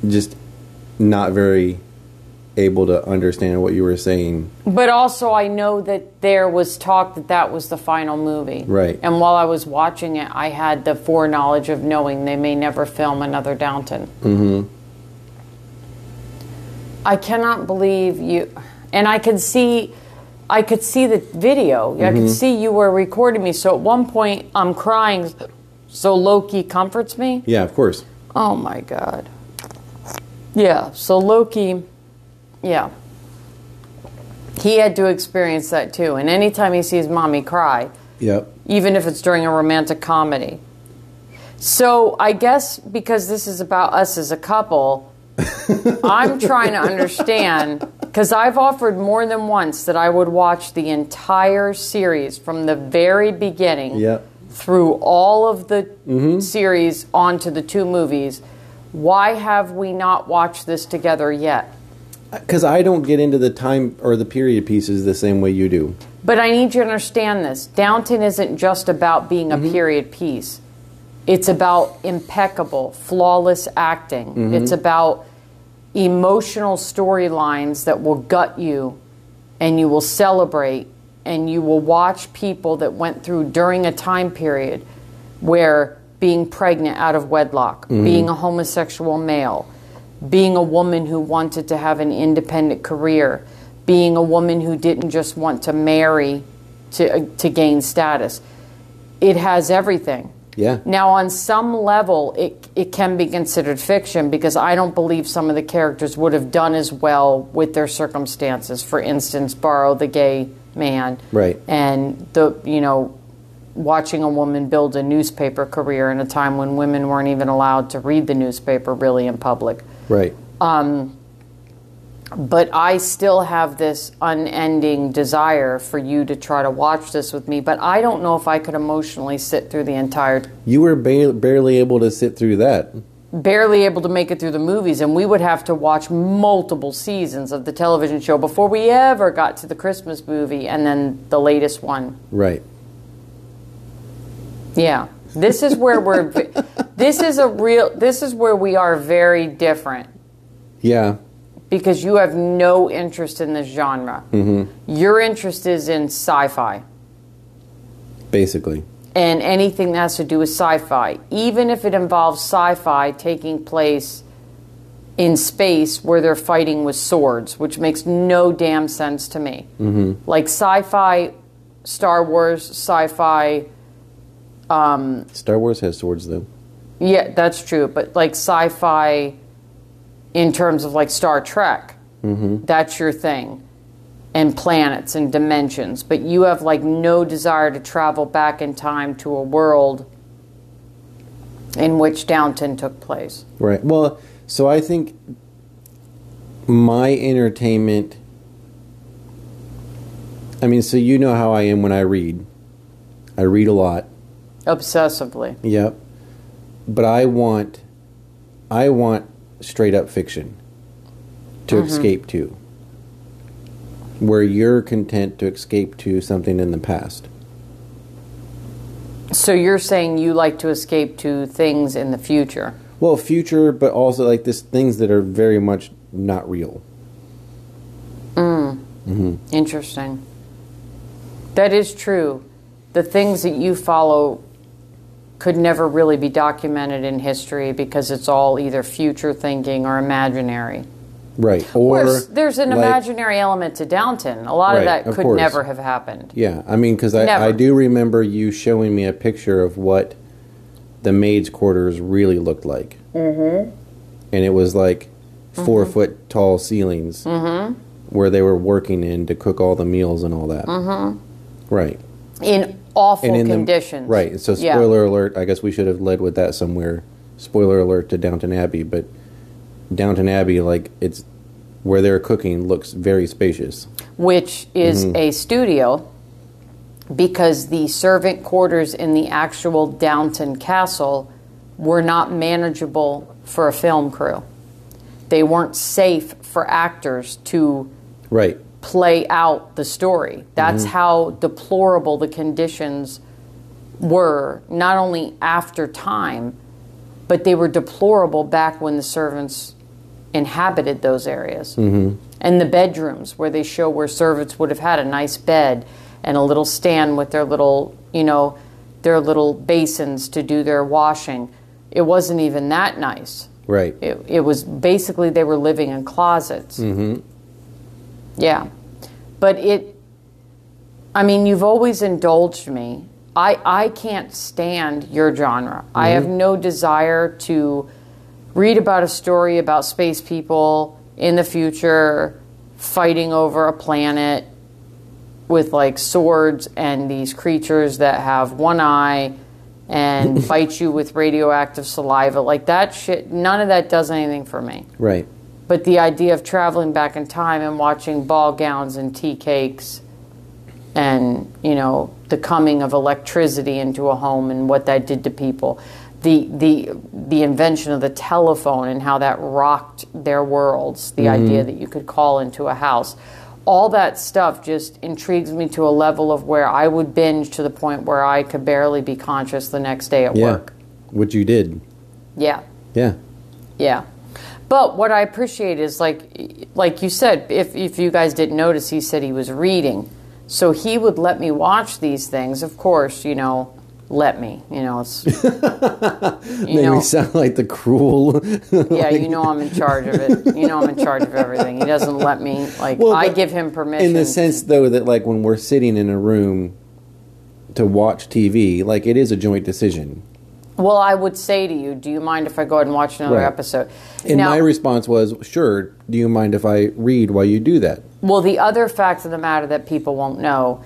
[SPEAKER 1] just not very able to understand what you were saying.
[SPEAKER 2] But also, I know that there was talk that that was the final movie.
[SPEAKER 1] Right.
[SPEAKER 2] And while I was watching it, I had the foreknowledge of knowing they may never film another Downton.
[SPEAKER 1] Mm-hmm.
[SPEAKER 2] I cannot believe you. And I could see, I could see the video. I
[SPEAKER 1] Mhm.
[SPEAKER 2] could see you were recording me. So at one point, I'm crying. So Loki comforts me.
[SPEAKER 1] Yeah, of course.
[SPEAKER 2] Oh my god. Yeah, so Loki, yeah. He had to experience that too. And anytime he sees mommy cry,
[SPEAKER 1] Yep.
[SPEAKER 2] even if it's during a romantic comedy. So I guess because this is about us as a couple, I'm trying to understand because I've offered more than once that I would watch the entire series from the very beginning
[SPEAKER 1] Yep.
[SPEAKER 2] through all of the series onto the two movies. Why have we not watched this together yet?
[SPEAKER 1] Because Uh, I don't get into the time or the period pieces the same way you do.
[SPEAKER 2] But I need you to understand this. Downton isn't just about being a period piece. It's about impeccable, flawless acting.
[SPEAKER 11] Mhm.
[SPEAKER 2] It's about emotional storylines that will gut you and you will celebrate and you will watch people that went through during a time period where being pregnant out of wedlock,
[SPEAKER 11] Mhm.
[SPEAKER 2] being a homosexual male, being a woman who wanted to have an independent career, being a woman who didn't just want to marry to, uh, to gain status. It has everything.
[SPEAKER 1] Yeah.
[SPEAKER 2] Now, on some level, it, it can be considered fiction because I don't believe some of the characters would have done as well with their circumstances. For instance, Borrow the gay man
[SPEAKER 1] Right.
[SPEAKER 2] and the you know watching a woman build a newspaper career in a time when women weren't even allowed to read the newspaper really in public.
[SPEAKER 1] Right.
[SPEAKER 2] Um, but I still have this unending desire for you to try to watch this with me. But I don't know if I could emotionally sit through the entire
[SPEAKER 1] You were ba- barely able to sit through that.
[SPEAKER 2] barely able to make it through the movies, and we would have to watch multiple seasons of the television show before we ever got to the Christmas movie and then the latest one.
[SPEAKER 1] Right.
[SPEAKER 2] Yeah. This is where we're, this is a real, this is where we are very different
[SPEAKER 1] Yeah.
[SPEAKER 2] because you have no interest in this genre.
[SPEAKER 1] Mm-hmm.
[SPEAKER 2] Your interest is in sci fi
[SPEAKER 1] Basically.
[SPEAKER 2] and anything that has to do with sci fi, even if it involves sci fi taking place in space where they're fighting with swords, which makes no damn sense to me.
[SPEAKER 11] Mm-hmm.
[SPEAKER 2] like sci-fi, Star Wars, sci-fi. Um,
[SPEAKER 1] Star Wars has swords, though.
[SPEAKER 2] yeah, that's true. But like sci-fi, in terms of like Star Trek,
[SPEAKER 1] Mm-hmm.
[SPEAKER 2] that's your thing, and planets and dimensions. But you have like no desire to travel back in time to a world in which Downton took place.
[SPEAKER 1] Right. Well, so I think my entertainment. I mean, so you know how I am when I read. I read a lot.
[SPEAKER 2] Obsessively.
[SPEAKER 1] Yep. But I want, I want straight up fiction to
[SPEAKER 2] Mhm.
[SPEAKER 1] escape to, where you're content to escape to something in the past.
[SPEAKER 2] So you're saying you like to escape to things in the future.
[SPEAKER 1] Well, future, but also like this things that are very much not real.
[SPEAKER 2] Mm.
[SPEAKER 1] hmm
[SPEAKER 2] Interesting. That is true. The things that you follow could never really be documented in history because it's all either future thinking or imaginary.
[SPEAKER 1] Right. Or
[SPEAKER 2] Of course, there's an
[SPEAKER 1] like-
[SPEAKER 2] imaginary element to Downton. A lot of
[SPEAKER 1] Right,
[SPEAKER 2] that
[SPEAKER 1] of
[SPEAKER 2] could
[SPEAKER 1] course.
[SPEAKER 2] never have happened.
[SPEAKER 1] Yeah, I mean, because
[SPEAKER 2] Never.
[SPEAKER 1] I, I do remember you showing me a picture of what the maid's quarters really looked like,
[SPEAKER 11] Mm-hmm.
[SPEAKER 1] and it was like 4 foot tall ceilings
[SPEAKER 2] Mm-hmm.
[SPEAKER 1] where they were working in to cook all the meals and all that.
[SPEAKER 2] Mm-hmm.
[SPEAKER 1] Right.
[SPEAKER 2] In awful
[SPEAKER 1] in the-
[SPEAKER 2] conditions.
[SPEAKER 1] right. So
[SPEAKER 2] Yeah.
[SPEAKER 1] spoiler alert. I guess we should have led with that somewhere. Spoiler alert to Downton Abbey, but Downton Abbey, like it's where they're cooking, looks very spacious.
[SPEAKER 2] which is
[SPEAKER 1] Mhm.
[SPEAKER 2] a studio because the servant quarters in the actual Downton Castle were not manageable for a film crew. They weren't safe for actors to
[SPEAKER 1] Right.
[SPEAKER 2] play out the story. That's
[SPEAKER 1] Mhm.
[SPEAKER 2] how deplorable the conditions were, not only after time, but they were deplorable back when the servants inhabited those areas.
[SPEAKER 1] Mm-hmm.
[SPEAKER 2] And the bedrooms where they show where servants would have had a nice bed and a little stand with their little, you know, their little basins to do their washing. It wasn't even that nice.
[SPEAKER 1] Right.
[SPEAKER 2] It, it was basically they were living in closets.
[SPEAKER 1] Mm-hmm.
[SPEAKER 2] Yeah. But it, I mean, you've always indulged me. I, I can't stand your genre. I
[SPEAKER 11] Mhm.
[SPEAKER 2] have no desire to read about a story about space people in the future fighting over a planet with like swords and these creatures that have one eye and bite you with radioactive saliva. Like that shit, none of that does anything for me.
[SPEAKER 1] Right.
[SPEAKER 2] But the idea of traveling back in time and watching ball gowns and tea cakes and, you know, the coming of electricity into a home and what that did to people. The, the, the invention of the telephone and how that rocked their worlds, the
[SPEAKER 11] Mhm.
[SPEAKER 2] idea that you could call into a house. All that stuff just intrigues me to a level of where I would binge to the point where I could barely be conscious the next day at
[SPEAKER 1] yeah.
[SPEAKER 2] work.
[SPEAKER 1] What you did.
[SPEAKER 2] Yeah.
[SPEAKER 1] Yeah.
[SPEAKER 2] Yeah. But what I appreciate is like like you said, if if you guys didn't notice, he said he was reading. So he would let me watch these things. Of course, you know, let me. You know, it's
[SPEAKER 1] Made
[SPEAKER 2] know-
[SPEAKER 1] me sound like the cruel.
[SPEAKER 2] yeah, you know I'm in charge of it. You know I'm in charge of everything. He doesn't let me like
[SPEAKER 1] Well,
[SPEAKER 2] I
[SPEAKER 1] but
[SPEAKER 2] give him
[SPEAKER 1] in
[SPEAKER 2] permission.
[SPEAKER 1] the sense though that like when we're sitting in a room to watch TV, like it is a joint decision.
[SPEAKER 2] well, I would say to you, do you mind if I go ahead and watch another
[SPEAKER 1] Right.
[SPEAKER 2] episode?
[SPEAKER 1] And
[SPEAKER 2] Now-
[SPEAKER 1] my response was, "Sure. Do you mind if I read while you do that?"
[SPEAKER 2] Well, the other fact of the matter that people won't know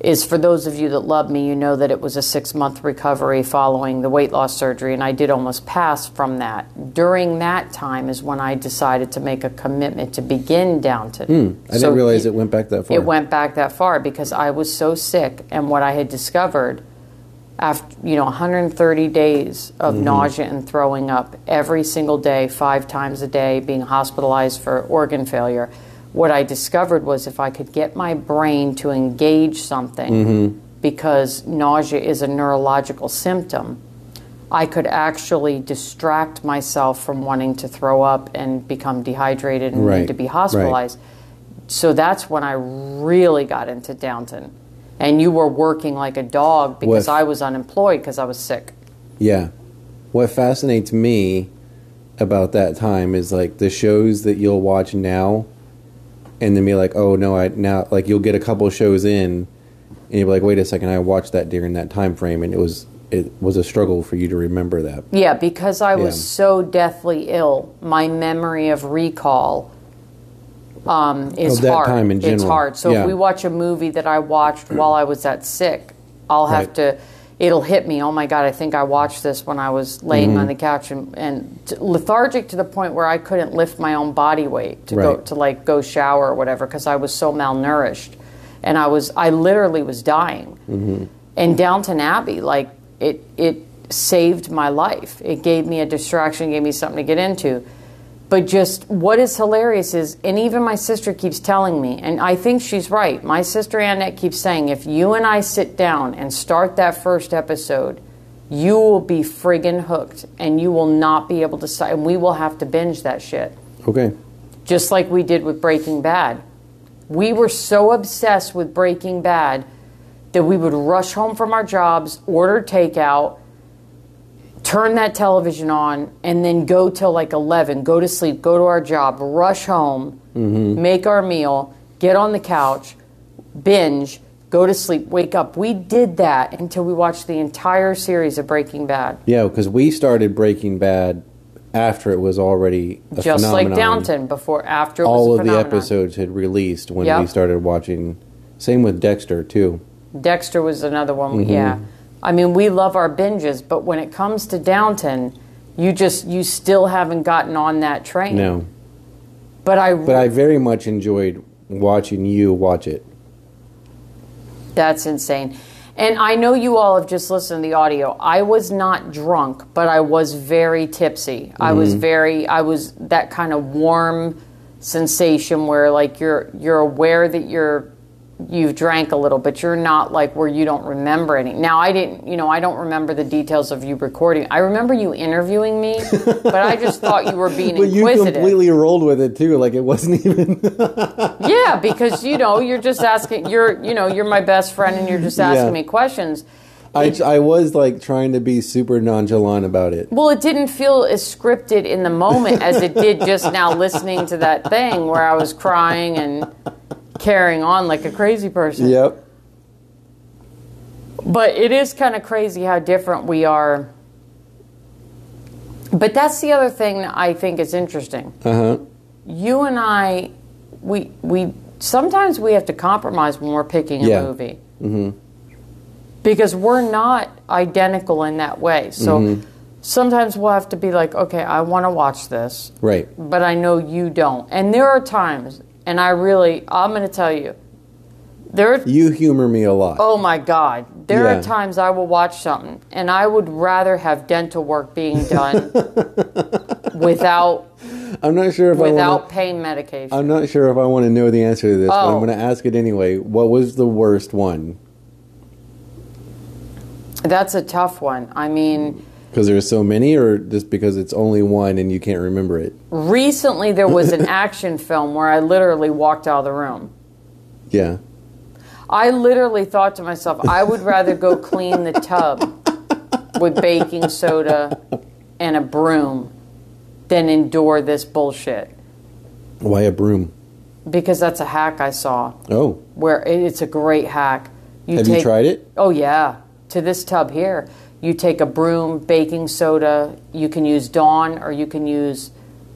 [SPEAKER 2] is for those of you that love me, you know that it was a six month recovery following the weight loss surgery, and I did almost pass from that. During that time is when I decided to make a commitment to begin Downton.
[SPEAKER 1] Hmm. I
[SPEAKER 2] So
[SPEAKER 1] didn't realize it, went back that far.
[SPEAKER 2] It went back that far because I was so sick, and what I had discovered after you know 130 days of
[SPEAKER 11] Mhm.
[SPEAKER 2] nausea and throwing up every single day, five times a day, being hospitalized for organ failure. What I discovered was if I could get my brain to engage something,
[SPEAKER 11] Mhm.
[SPEAKER 2] because nausea is a neurological symptom, I could actually distract myself from wanting to throw up and become dehydrated and
[SPEAKER 11] Right,
[SPEAKER 2] need to be
[SPEAKER 11] right.
[SPEAKER 2] hospitalized. So that's when I really got into Downton. And you were working like a dog because
[SPEAKER 1] What-
[SPEAKER 2] I was unemployed because I was sick.
[SPEAKER 1] Yeah. What fascinates me about that time is like the shows that you'll watch now and then be like, oh no, I now like you'll get a couple shows in and you'll be like, wait a second, I watched that during that time frame and it was it was a struggle for you to remember that.
[SPEAKER 2] Yeah, because I was
[SPEAKER 1] Yeah.
[SPEAKER 2] so deathly ill, my memory of recall um, is
[SPEAKER 1] Of that
[SPEAKER 2] hard.
[SPEAKER 1] time in
[SPEAKER 2] It's
[SPEAKER 1] general.
[SPEAKER 2] hard. So
[SPEAKER 1] Yeah.
[SPEAKER 2] if we watch a movie that I watched while I was that sick, I'll have
[SPEAKER 11] Right.
[SPEAKER 2] to. It'll hit me. Oh my god! I think I watched this when I was laying
[SPEAKER 1] Mm-hmm.
[SPEAKER 11] Mhm.
[SPEAKER 2] on the couch and, and t- lethargic to the point where I couldn't lift my own body weight to go
[SPEAKER 11] Right.
[SPEAKER 2] to like go shower or whatever because I was so malnourished, and I was I literally was dying
[SPEAKER 11] Mm-hmm.
[SPEAKER 2] and Downton Abbey, like it, it saved my life. It gave me a distraction, gave me something to get into. But just what is hilarious is, and even my sister keeps telling me, and I think she's right. My sister Annette keeps saying, if you and I sit down and start that first episode, you will be friggin' hooked, and you will not be able to. si- And we will have to binge that shit
[SPEAKER 1] Okay.
[SPEAKER 2] just like we did with Breaking Bad. We were so obsessed with Breaking Bad that we would rush home from our jobs, order takeout, turn that television on, and then go till like 11, go to sleep, go to our job, rush home,
[SPEAKER 1] Mm-hmm.
[SPEAKER 11] Mhm.
[SPEAKER 2] make our meal, get on the couch, binge, go to sleep, wake up. We did that until we watched the entire series of Breaking Bad.
[SPEAKER 1] Yeah, because we started Breaking Bad after it was already a
[SPEAKER 2] Just
[SPEAKER 1] phenomenon.
[SPEAKER 2] like Downton before after it
[SPEAKER 1] All
[SPEAKER 2] was a
[SPEAKER 1] of the
[SPEAKER 2] phenomenon.
[SPEAKER 1] episodes had released when we
[SPEAKER 2] Yep.
[SPEAKER 1] started watching. Same with Dexter too.
[SPEAKER 2] Dexter was another one.
[SPEAKER 1] Mhm.
[SPEAKER 2] Yeah. I mean, we love our binges, but when it comes to Downton, you just you still haven't gotten on that train.
[SPEAKER 1] No.
[SPEAKER 2] But I
[SPEAKER 1] But I very much enjoyed watching you watch it.
[SPEAKER 2] that's insane. And I know you all have just listened to the audio. I was not drunk, but I was very tipsy. I was
[SPEAKER 1] Mm-hmm.
[SPEAKER 11] Mhm.
[SPEAKER 2] very I was that kind of warm sensation where like you're you're aware that you're you've drank a little, but you're not like where you don't remember any. Now I didn't, you know, I don't remember the details of you recording. I remember you interviewing me, but I just thought you were being
[SPEAKER 1] But you
[SPEAKER 2] inquisitive.
[SPEAKER 1] completely rolled with it too, like it wasn't even.
[SPEAKER 2] yeah, because you know, you're just asking. You're, you know, you're my best friend, and you're just asking
[SPEAKER 1] Yeah.
[SPEAKER 2] me questions.
[SPEAKER 1] I, I was like trying to be super nonchalant about it.
[SPEAKER 2] Well, it didn't feel as scripted in the moment as it did just now listening to that thing where I was crying and carrying on like a crazy person.
[SPEAKER 1] Yep.
[SPEAKER 2] But it is kind of crazy how different we are. But that's the other thing that I think is interesting.
[SPEAKER 1] Uh huh.
[SPEAKER 2] You and I, we we sometimes we have to compromise when we're picking a
[SPEAKER 1] Yeah.
[SPEAKER 2] movie
[SPEAKER 1] Mm
[SPEAKER 2] because we're not identical in that way. So
[SPEAKER 1] Mhm.
[SPEAKER 2] sometimes we'll have to be like, okay, I want to watch this,
[SPEAKER 1] hmm. Right.
[SPEAKER 2] but I know you don't. And there are times, and I really, I'm going to tell you, there are
[SPEAKER 1] You humor me a lot.
[SPEAKER 2] Oh my God. There
[SPEAKER 1] Yeah.
[SPEAKER 2] are times I will watch something and I would rather have dental work being done without
[SPEAKER 1] I'm not sure if I
[SPEAKER 2] without
[SPEAKER 1] want.
[SPEAKER 2] pain medication.
[SPEAKER 1] I'm not sure if I want to know the answer to this, but
[SPEAKER 2] Oh.
[SPEAKER 1] I'm going to ask it anyway. What was the worst one?
[SPEAKER 2] That's a tough one. I mean,
[SPEAKER 1] Because there's so many, or just because it's only one and you can't remember it?
[SPEAKER 2] recently there was an action film where I literally walked out of the room.
[SPEAKER 1] Yeah.
[SPEAKER 2] I literally thought to myself, I would rather go clean the tub with baking soda and a broom than endure this bullshit
[SPEAKER 1] Why a broom?
[SPEAKER 2] because that's a hack I saw.
[SPEAKER 1] Oh,
[SPEAKER 2] where it- it's a great hack.
[SPEAKER 1] Have you tried it?
[SPEAKER 2] Oh yeah, to this tub here. You take a broom, baking soda. You can use Dawn or you can use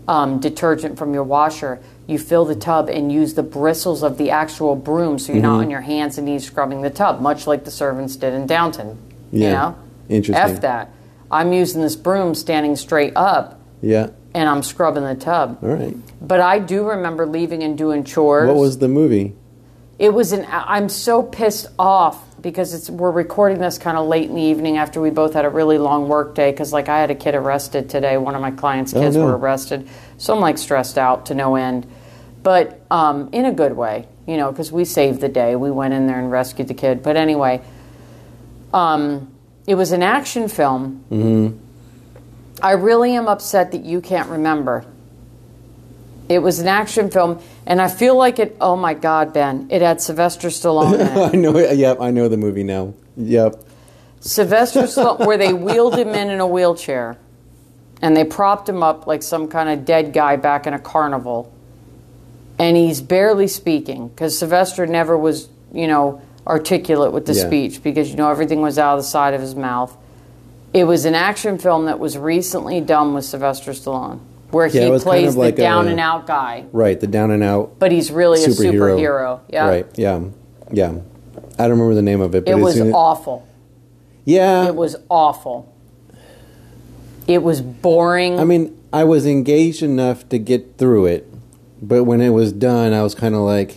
[SPEAKER 2] um, detergent from your washer. You fill the tub and use the bristles of the actual broom, so you're not
[SPEAKER 1] Mhm.
[SPEAKER 2] on your hands and knees scrubbing the tub, much like the servants did in Downton. You
[SPEAKER 1] Yeah.
[SPEAKER 2] know,
[SPEAKER 1] Interesting.
[SPEAKER 2] F that. I'm using this broom standing straight up,
[SPEAKER 1] yeah.
[SPEAKER 2] and I'm scrubbing the tub.
[SPEAKER 1] All right.
[SPEAKER 2] But I do remember leaving and doing chores.
[SPEAKER 1] What was the movie?
[SPEAKER 2] It was an. I'm so pissed off because it's we're recording this kind of late in the evening after we both had a really long work day. Because like I had a kid arrested today. One of my clients'
[SPEAKER 11] Oh,
[SPEAKER 2] kids
[SPEAKER 11] no.
[SPEAKER 2] were arrested, so I'm like stressed out to no end, but um, in a good way, you know, because we saved the day. We went in there and rescued the kid. But anyway, um, it was an action film.
[SPEAKER 11] Mm-hmm.
[SPEAKER 1] Mm
[SPEAKER 2] I really am upset that you can't remember. It was an action film, and I feel like it. Oh my God, Ben! It had Sylvester Stallone. in it.
[SPEAKER 1] I know it. Yep. I know the movie now. Yep.
[SPEAKER 2] Sylvester Stallone, where they wheeled him in in a wheelchair, and they propped him up like some kind of dead guy back in a carnival, and he's barely speaking because Sylvester never was, you know, articulate with the
[SPEAKER 11] Yeah.
[SPEAKER 2] speech because you know everything was out of the side of his mouth. It was an action film that was recently done with Sylvester Stallone, where
[SPEAKER 1] Yeah, it
[SPEAKER 2] he
[SPEAKER 1] was kind
[SPEAKER 2] plays
[SPEAKER 1] of like
[SPEAKER 2] the down
[SPEAKER 1] a-
[SPEAKER 2] and out guy,
[SPEAKER 1] Right. The down and out.
[SPEAKER 2] but he's really a superhero. Yeah,
[SPEAKER 1] Right. Yeah. Yeah. I don't remember the name of it. But
[SPEAKER 2] it
[SPEAKER 1] as
[SPEAKER 2] was
[SPEAKER 1] soon as-
[SPEAKER 2] awful.
[SPEAKER 1] Yeah.
[SPEAKER 2] It was awful. It was boring.
[SPEAKER 1] I mean, I was engaged enough to get through it, but when it was done, I was kind of like,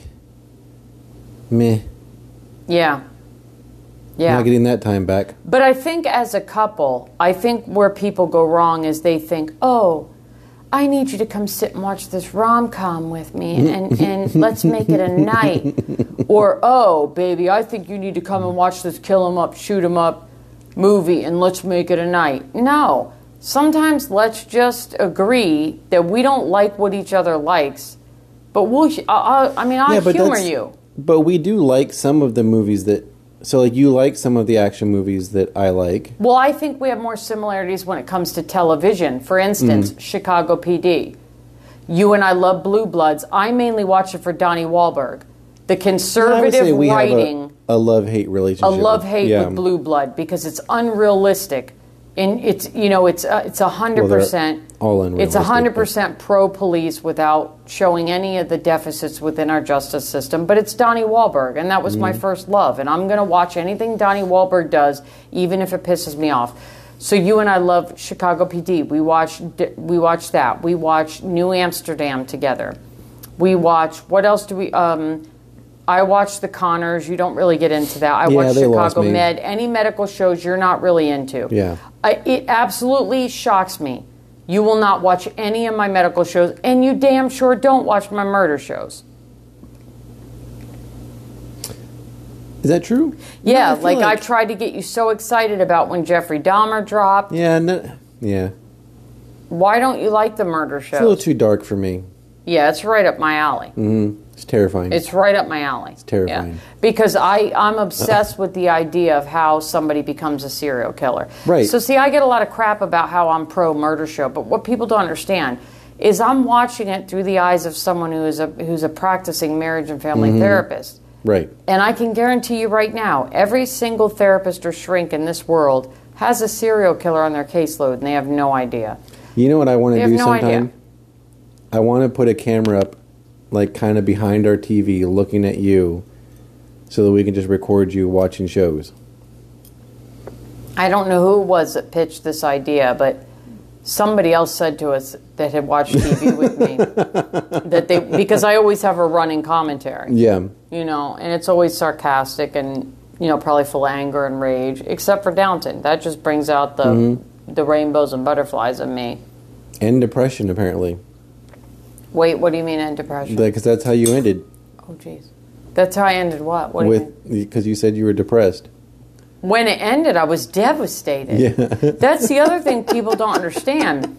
[SPEAKER 1] meh.
[SPEAKER 2] Yeah. Yeah.
[SPEAKER 1] Not getting that time back.
[SPEAKER 2] But I think as a couple, I think where people go wrong is they think, oh, I need you to come sit and watch this rom com with me and, and let's make it a night. Or, oh, baby, I think you need to come and watch this kill 'em up, shoot 'em up movie and let's make it a night. No. Sometimes let's just agree that we don't like what each other likes, but we'll, I, I, I mean, I'll humor
[SPEAKER 1] that's-
[SPEAKER 2] you.
[SPEAKER 1] But we do like some of the movies that. So, like, you like some of the action movies that I like.
[SPEAKER 2] Well, I think we have more similarities when it comes to television. For instance,
[SPEAKER 1] Mhm.
[SPEAKER 2] Chicago PD. You and I love Blue Bloods. I mainly watch it for Donnie Wahlberg. The
[SPEAKER 1] I would say
[SPEAKER 2] conservative
[SPEAKER 1] we
[SPEAKER 2] writing,
[SPEAKER 1] have a, a love hate
[SPEAKER 2] a,
[SPEAKER 1] relationship.
[SPEAKER 2] love hate
[SPEAKER 1] Yeah.
[SPEAKER 2] with Blue Blood because it's unrealistic, and it's you know it's uh, it's a hundred
[SPEAKER 1] Well, they're
[SPEAKER 2] percent.
[SPEAKER 1] All
[SPEAKER 2] It's
[SPEAKER 1] unrealistic.
[SPEAKER 2] a hundred percent pro police without showing any of the deficits within our justice system. But it's Donnie Wahlberg, and that was my
[SPEAKER 11] Mhm.
[SPEAKER 2] first love, and I'm going to watch anything Donnie Wahlberg does, even if it pisses me off. So you and I love Chicago PD. We watch we watch that. We watch New Amsterdam together. We watch what else do we? Um, I watch The Connors. You don't really get into that. I
[SPEAKER 11] Yeah,
[SPEAKER 2] watch
[SPEAKER 11] they lost
[SPEAKER 2] Chicago
[SPEAKER 11] me.
[SPEAKER 2] Med. Any medical shows you're not really into.
[SPEAKER 11] Yeah.
[SPEAKER 2] I, it absolutely shocks me. You will not watch any of my medical shows, and you damn sure don't watch my murder shows.
[SPEAKER 1] Is that true?
[SPEAKER 2] Yeah,
[SPEAKER 1] feel
[SPEAKER 2] like,
[SPEAKER 1] like-
[SPEAKER 2] I tried to get you so excited about when Jeffrey Dahmer dropped.
[SPEAKER 1] Yeah, no, yeah.
[SPEAKER 2] Why don't you like the murder
[SPEAKER 1] It's a little
[SPEAKER 2] shows?
[SPEAKER 1] too dark for me.
[SPEAKER 2] yeah, it's right up my alley.
[SPEAKER 1] Mm-hmm. It's terrifying.
[SPEAKER 2] It's right up my alley. It's
[SPEAKER 1] terrifying.
[SPEAKER 2] Because I, I'm obsessed with the idea of how somebody becomes a serial killer.
[SPEAKER 1] Right.
[SPEAKER 2] So, see, I get a lot of crap about how I'm pro murder show, but what people don't understand is I'm watching it through the eyes of someone who is a, who's a practicing marriage and family
[SPEAKER 1] Mhm.
[SPEAKER 2] therapist.
[SPEAKER 1] right.
[SPEAKER 2] And I can guarantee you right now, every single therapist or shrink in this world has a serial killer on their caseload, and they have no idea.
[SPEAKER 1] You know what I want
[SPEAKER 2] They
[SPEAKER 1] to
[SPEAKER 2] have
[SPEAKER 1] do
[SPEAKER 2] no idea.
[SPEAKER 1] sometime? I want to put a camera up, like kind of behind our TV, looking at you, so that we can just record you watching shows.
[SPEAKER 2] I don't know who it was that pitched this idea, but somebody else said to us that had watched TV with me that they because I always have a running commentary.
[SPEAKER 1] Yeah.
[SPEAKER 2] You know, and it's always sarcastic and you know probably full of anger and rage, except for Downton. That just brings out the
[SPEAKER 1] Mhm.
[SPEAKER 2] the rainbows and butterflies in me.
[SPEAKER 1] And depression, apparently.
[SPEAKER 2] Wait, what do you mean in depression?
[SPEAKER 1] Because that's how you ended.
[SPEAKER 2] oh, jeez. That's how I ended what? What do you mean?
[SPEAKER 1] with Because you, said you were depressed.
[SPEAKER 2] When it ended, I was devastated.
[SPEAKER 1] Yeah.
[SPEAKER 2] That's the other thing people don't understand.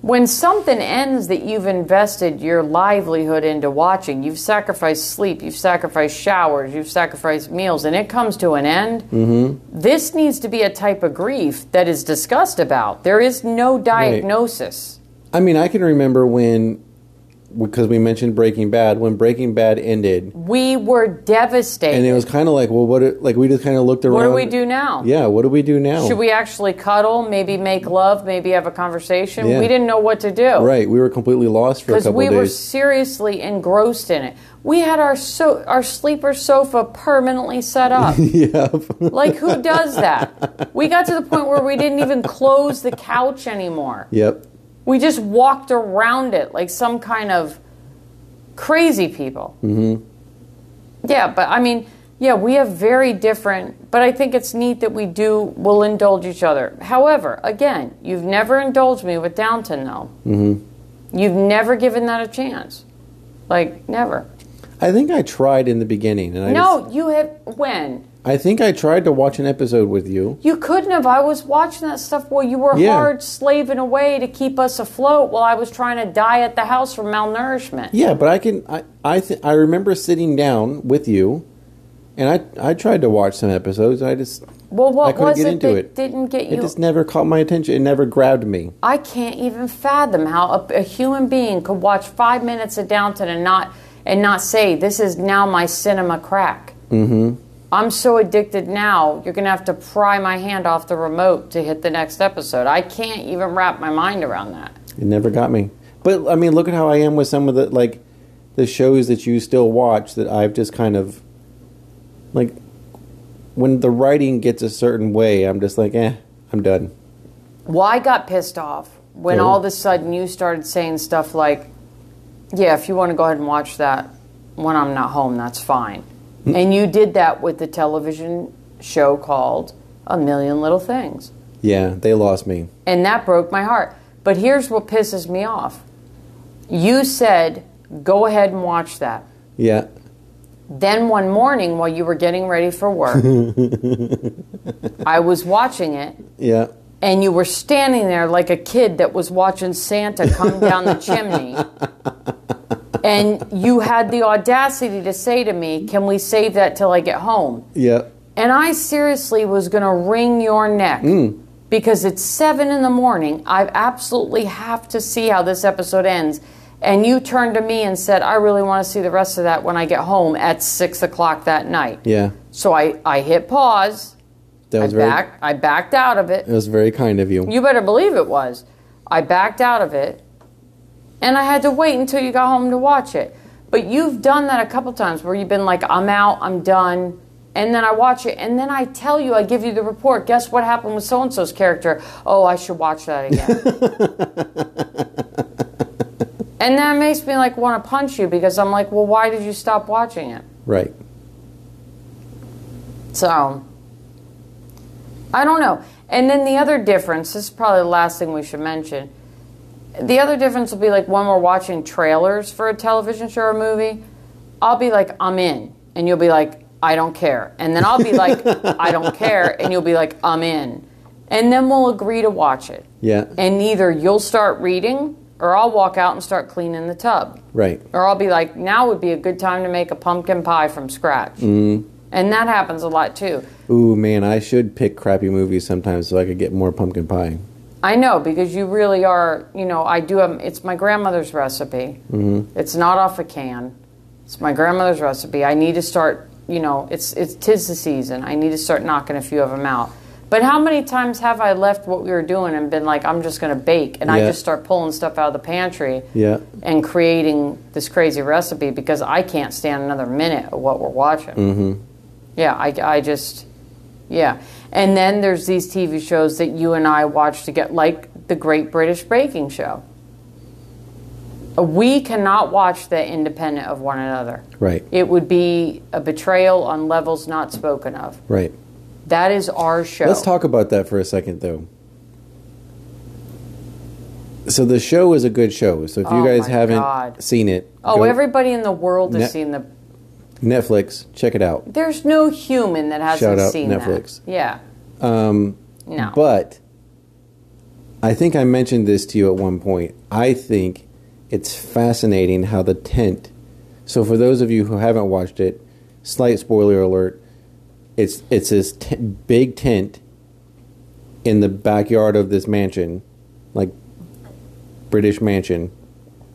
[SPEAKER 2] When something ends that you've invested your livelihood into watching, you've sacrificed sleep, you've sacrificed showers, you've sacrificed meals, and it comes to an end,
[SPEAKER 1] mm-hmm.
[SPEAKER 2] this needs to be a type of grief that is discussed about. There is no diagnosis.
[SPEAKER 1] I mean, I can remember when, because we mentioned Breaking Bad, when Breaking Bad ended,
[SPEAKER 2] We were devastated.
[SPEAKER 1] and it was kind of like, well, what? Like we just kind of looked around.
[SPEAKER 2] what do we do now?
[SPEAKER 1] Yeah, what do we do now?
[SPEAKER 2] Should we actually cuddle, maybe make love, maybe have a conversation?
[SPEAKER 1] Yeah.
[SPEAKER 2] We didn't know what to do.
[SPEAKER 1] Right, we were completely lost for a
[SPEAKER 2] because
[SPEAKER 1] couple
[SPEAKER 2] we
[SPEAKER 1] of
[SPEAKER 2] were
[SPEAKER 1] days.
[SPEAKER 2] seriously engrossed in it. We had our so our sleeper sofa permanently set up.
[SPEAKER 1] yep.
[SPEAKER 2] like who does that? We got to the point where we didn't even close the couch anymore.
[SPEAKER 1] Yep.
[SPEAKER 2] We just walked around it like some kind of crazy people.
[SPEAKER 1] Mm-hmm.
[SPEAKER 2] Yeah, but I mean, yeah, we have very different, but I think it's neat that we do will indulge each other. However, again, you've never indulged me with Downton though.
[SPEAKER 1] Mm-hmm.
[SPEAKER 2] You've never given that a chance. Like never.
[SPEAKER 1] I think I tried in the beginning, and I
[SPEAKER 2] no,
[SPEAKER 1] just-
[SPEAKER 2] you have. When
[SPEAKER 1] I think I tried to watch an episode with you.
[SPEAKER 2] you couldn't have. I was watching that stuff while you were
[SPEAKER 1] Yeah.
[SPEAKER 2] hard slaving away to keep us afloat while I was trying to die at the house from malnourishment.
[SPEAKER 1] Yeah, but I can. I I th- I remember sitting down with you, and I I tried to watch some episodes. And I just
[SPEAKER 2] Well,
[SPEAKER 1] I
[SPEAKER 2] what
[SPEAKER 1] couldn't
[SPEAKER 2] was
[SPEAKER 1] get
[SPEAKER 2] it
[SPEAKER 1] into
[SPEAKER 2] that
[SPEAKER 1] it.
[SPEAKER 2] didn't get
[SPEAKER 1] it
[SPEAKER 2] you?
[SPEAKER 1] just never caught my attention. It never grabbed me.
[SPEAKER 2] I can't even fathom how a, a human being could watch five minutes of Downton and not and not say this is now my cinema crack.
[SPEAKER 1] Mm-hmm.
[SPEAKER 2] I'm so addicted now, you're going to have to pry my hand off the remote to hit the next episode. I can't even wrap my mind around that.
[SPEAKER 1] It never got me. But I mean, look at how I am with some of the like the shows that you still watch that I've just kind of like when the writing gets a certain way, I'm just like, eh, I'm done.
[SPEAKER 2] Well, I got pissed off when
[SPEAKER 1] Oh.
[SPEAKER 2] all of a sudden you started saying stuff like, Yeah, if you want to go ahead and watch that when I'm not home, that's fine. and you did that with the television show called A Million Little Things.
[SPEAKER 1] Yeah, they lost me.
[SPEAKER 2] And that broke my heart. But here's what pisses me off you said, Go ahead and watch that.
[SPEAKER 1] Yeah.
[SPEAKER 2] Then one morning, while you were getting ready for work, I was watching it,
[SPEAKER 1] yeah.
[SPEAKER 2] and you were standing there like a kid that was watching Santa come down the chimney. And you had the audacity to say to me, Can we save that till I get home?
[SPEAKER 1] Yeah.
[SPEAKER 2] And I seriously was going to wring your neck
[SPEAKER 1] Mm.
[SPEAKER 2] because it's seven in the morning. I absolutely have to see how this episode ends. And you turned to me and said, I really want to see the rest of that when I get home at six o'clock that night.
[SPEAKER 1] Yeah.
[SPEAKER 2] So I, I hit pause.
[SPEAKER 1] That was
[SPEAKER 2] I
[SPEAKER 1] very
[SPEAKER 2] back I backed out of it.
[SPEAKER 1] it was very kind of you.
[SPEAKER 2] You better believe it was. I backed out of it. And I had to wait until you got home to watch it. But you've done that a couple times where you've been like, I'm out, I'm done. And then I watch it. And then I tell you, I give you the report. Guess what happened with so and so's character? Oh, I should watch that again. and that makes me like want to punch you because I'm like, well, why did you stop watching it?
[SPEAKER 1] Right.
[SPEAKER 2] So I don't know. And then the other difference, this is probably the last thing we should mention. The other difference will be like when we're watching trailers for a television show or movie, I'll be like, I'm in. And you'll be like, I don't care. And then I'll be like, I don't care. And you'll be like, I'm in. And then we'll agree to watch it.
[SPEAKER 1] Yeah.
[SPEAKER 2] And either you'll start reading or I'll walk out and start cleaning the tub.
[SPEAKER 1] Right.
[SPEAKER 2] Or I'll be like, now would be a good time to make a pumpkin pie from scratch.
[SPEAKER 1] Mm.
[SPEAKER 2] And that happens a lot too.
[SPEAKER 1] Ooh, man, I should pick crappy movies sometimes so I could get more pumpkin pie.
[SPEAKER 2] I know because you really are, you know, I do have, it's my grandmother's recipe.
[SPEAKER 1] hmm
[SPEAKER 2] It's not off a can. It's my grandmother's recipe. I need to start, you know, it's it's tis the season. I need to start knocking a few of them out. But how many times have I left what we were doing and been like, I'm just going to bake, and I
[SPEAKER 1] Yeah.
[SPEAKER 2] just start pulling stuff out of the pantry
[SPEAKER 1] Yeah.
[SPEAKER 2] and creating this crazy recipe because I can't stand another minute of what we're watching.
[SPEAKER 1] hmm
[SPEAKER 2] Yeah, I, I just, yeah. And then there's these TV shows that you and I watch to get, like the Great British Baking Show. We cannot watch that independent of one another.
[SPEAKER 1] Right.
[SPEAKER 2] It would be a betrayal on levels not spoken of.
[SPEAKER 1] Right.
[SPEAKER 2] That is our show.
[SPEAKER 1] Let's talk about that for a second, though. So the show is a good show. So if
[SPEAKER 2] Oh
[SPEAKER 1] you guys
[SPEAKER 2] my
[SPEAKER 1] haven't
[SPEAKER 2] God.
[SPEAKER 1] seen it,
[SPEAKER 2] oh,
[SPEAKER 1] go-
[SPEAKER 2] everybody in the world has
[SPEAKER 1] Ne-
[SPEAKER 2] seen the.
[SPEAKER 1] Netflix, check it out.
[SPEAKER 2] There's no human that
[SPEAKER 1] Shout
[SPEAKER 2] hasn't
[SPEAKER 1] out
[SPEAKER 2] seen
[SPEAKER 1] Netflix.
[SPEAKER 2] that. Yeah.
[SPEAKER 1] Um,
[SPEAKER 2] No.
[SPEAKER 1] But I think I mentioned this to you at one point. I think it's fascinating how the tent. So for those of you who haven't watched it, slight spoiler alert. It's it's this t- big tent in the backyard of this mansion, like British mansion,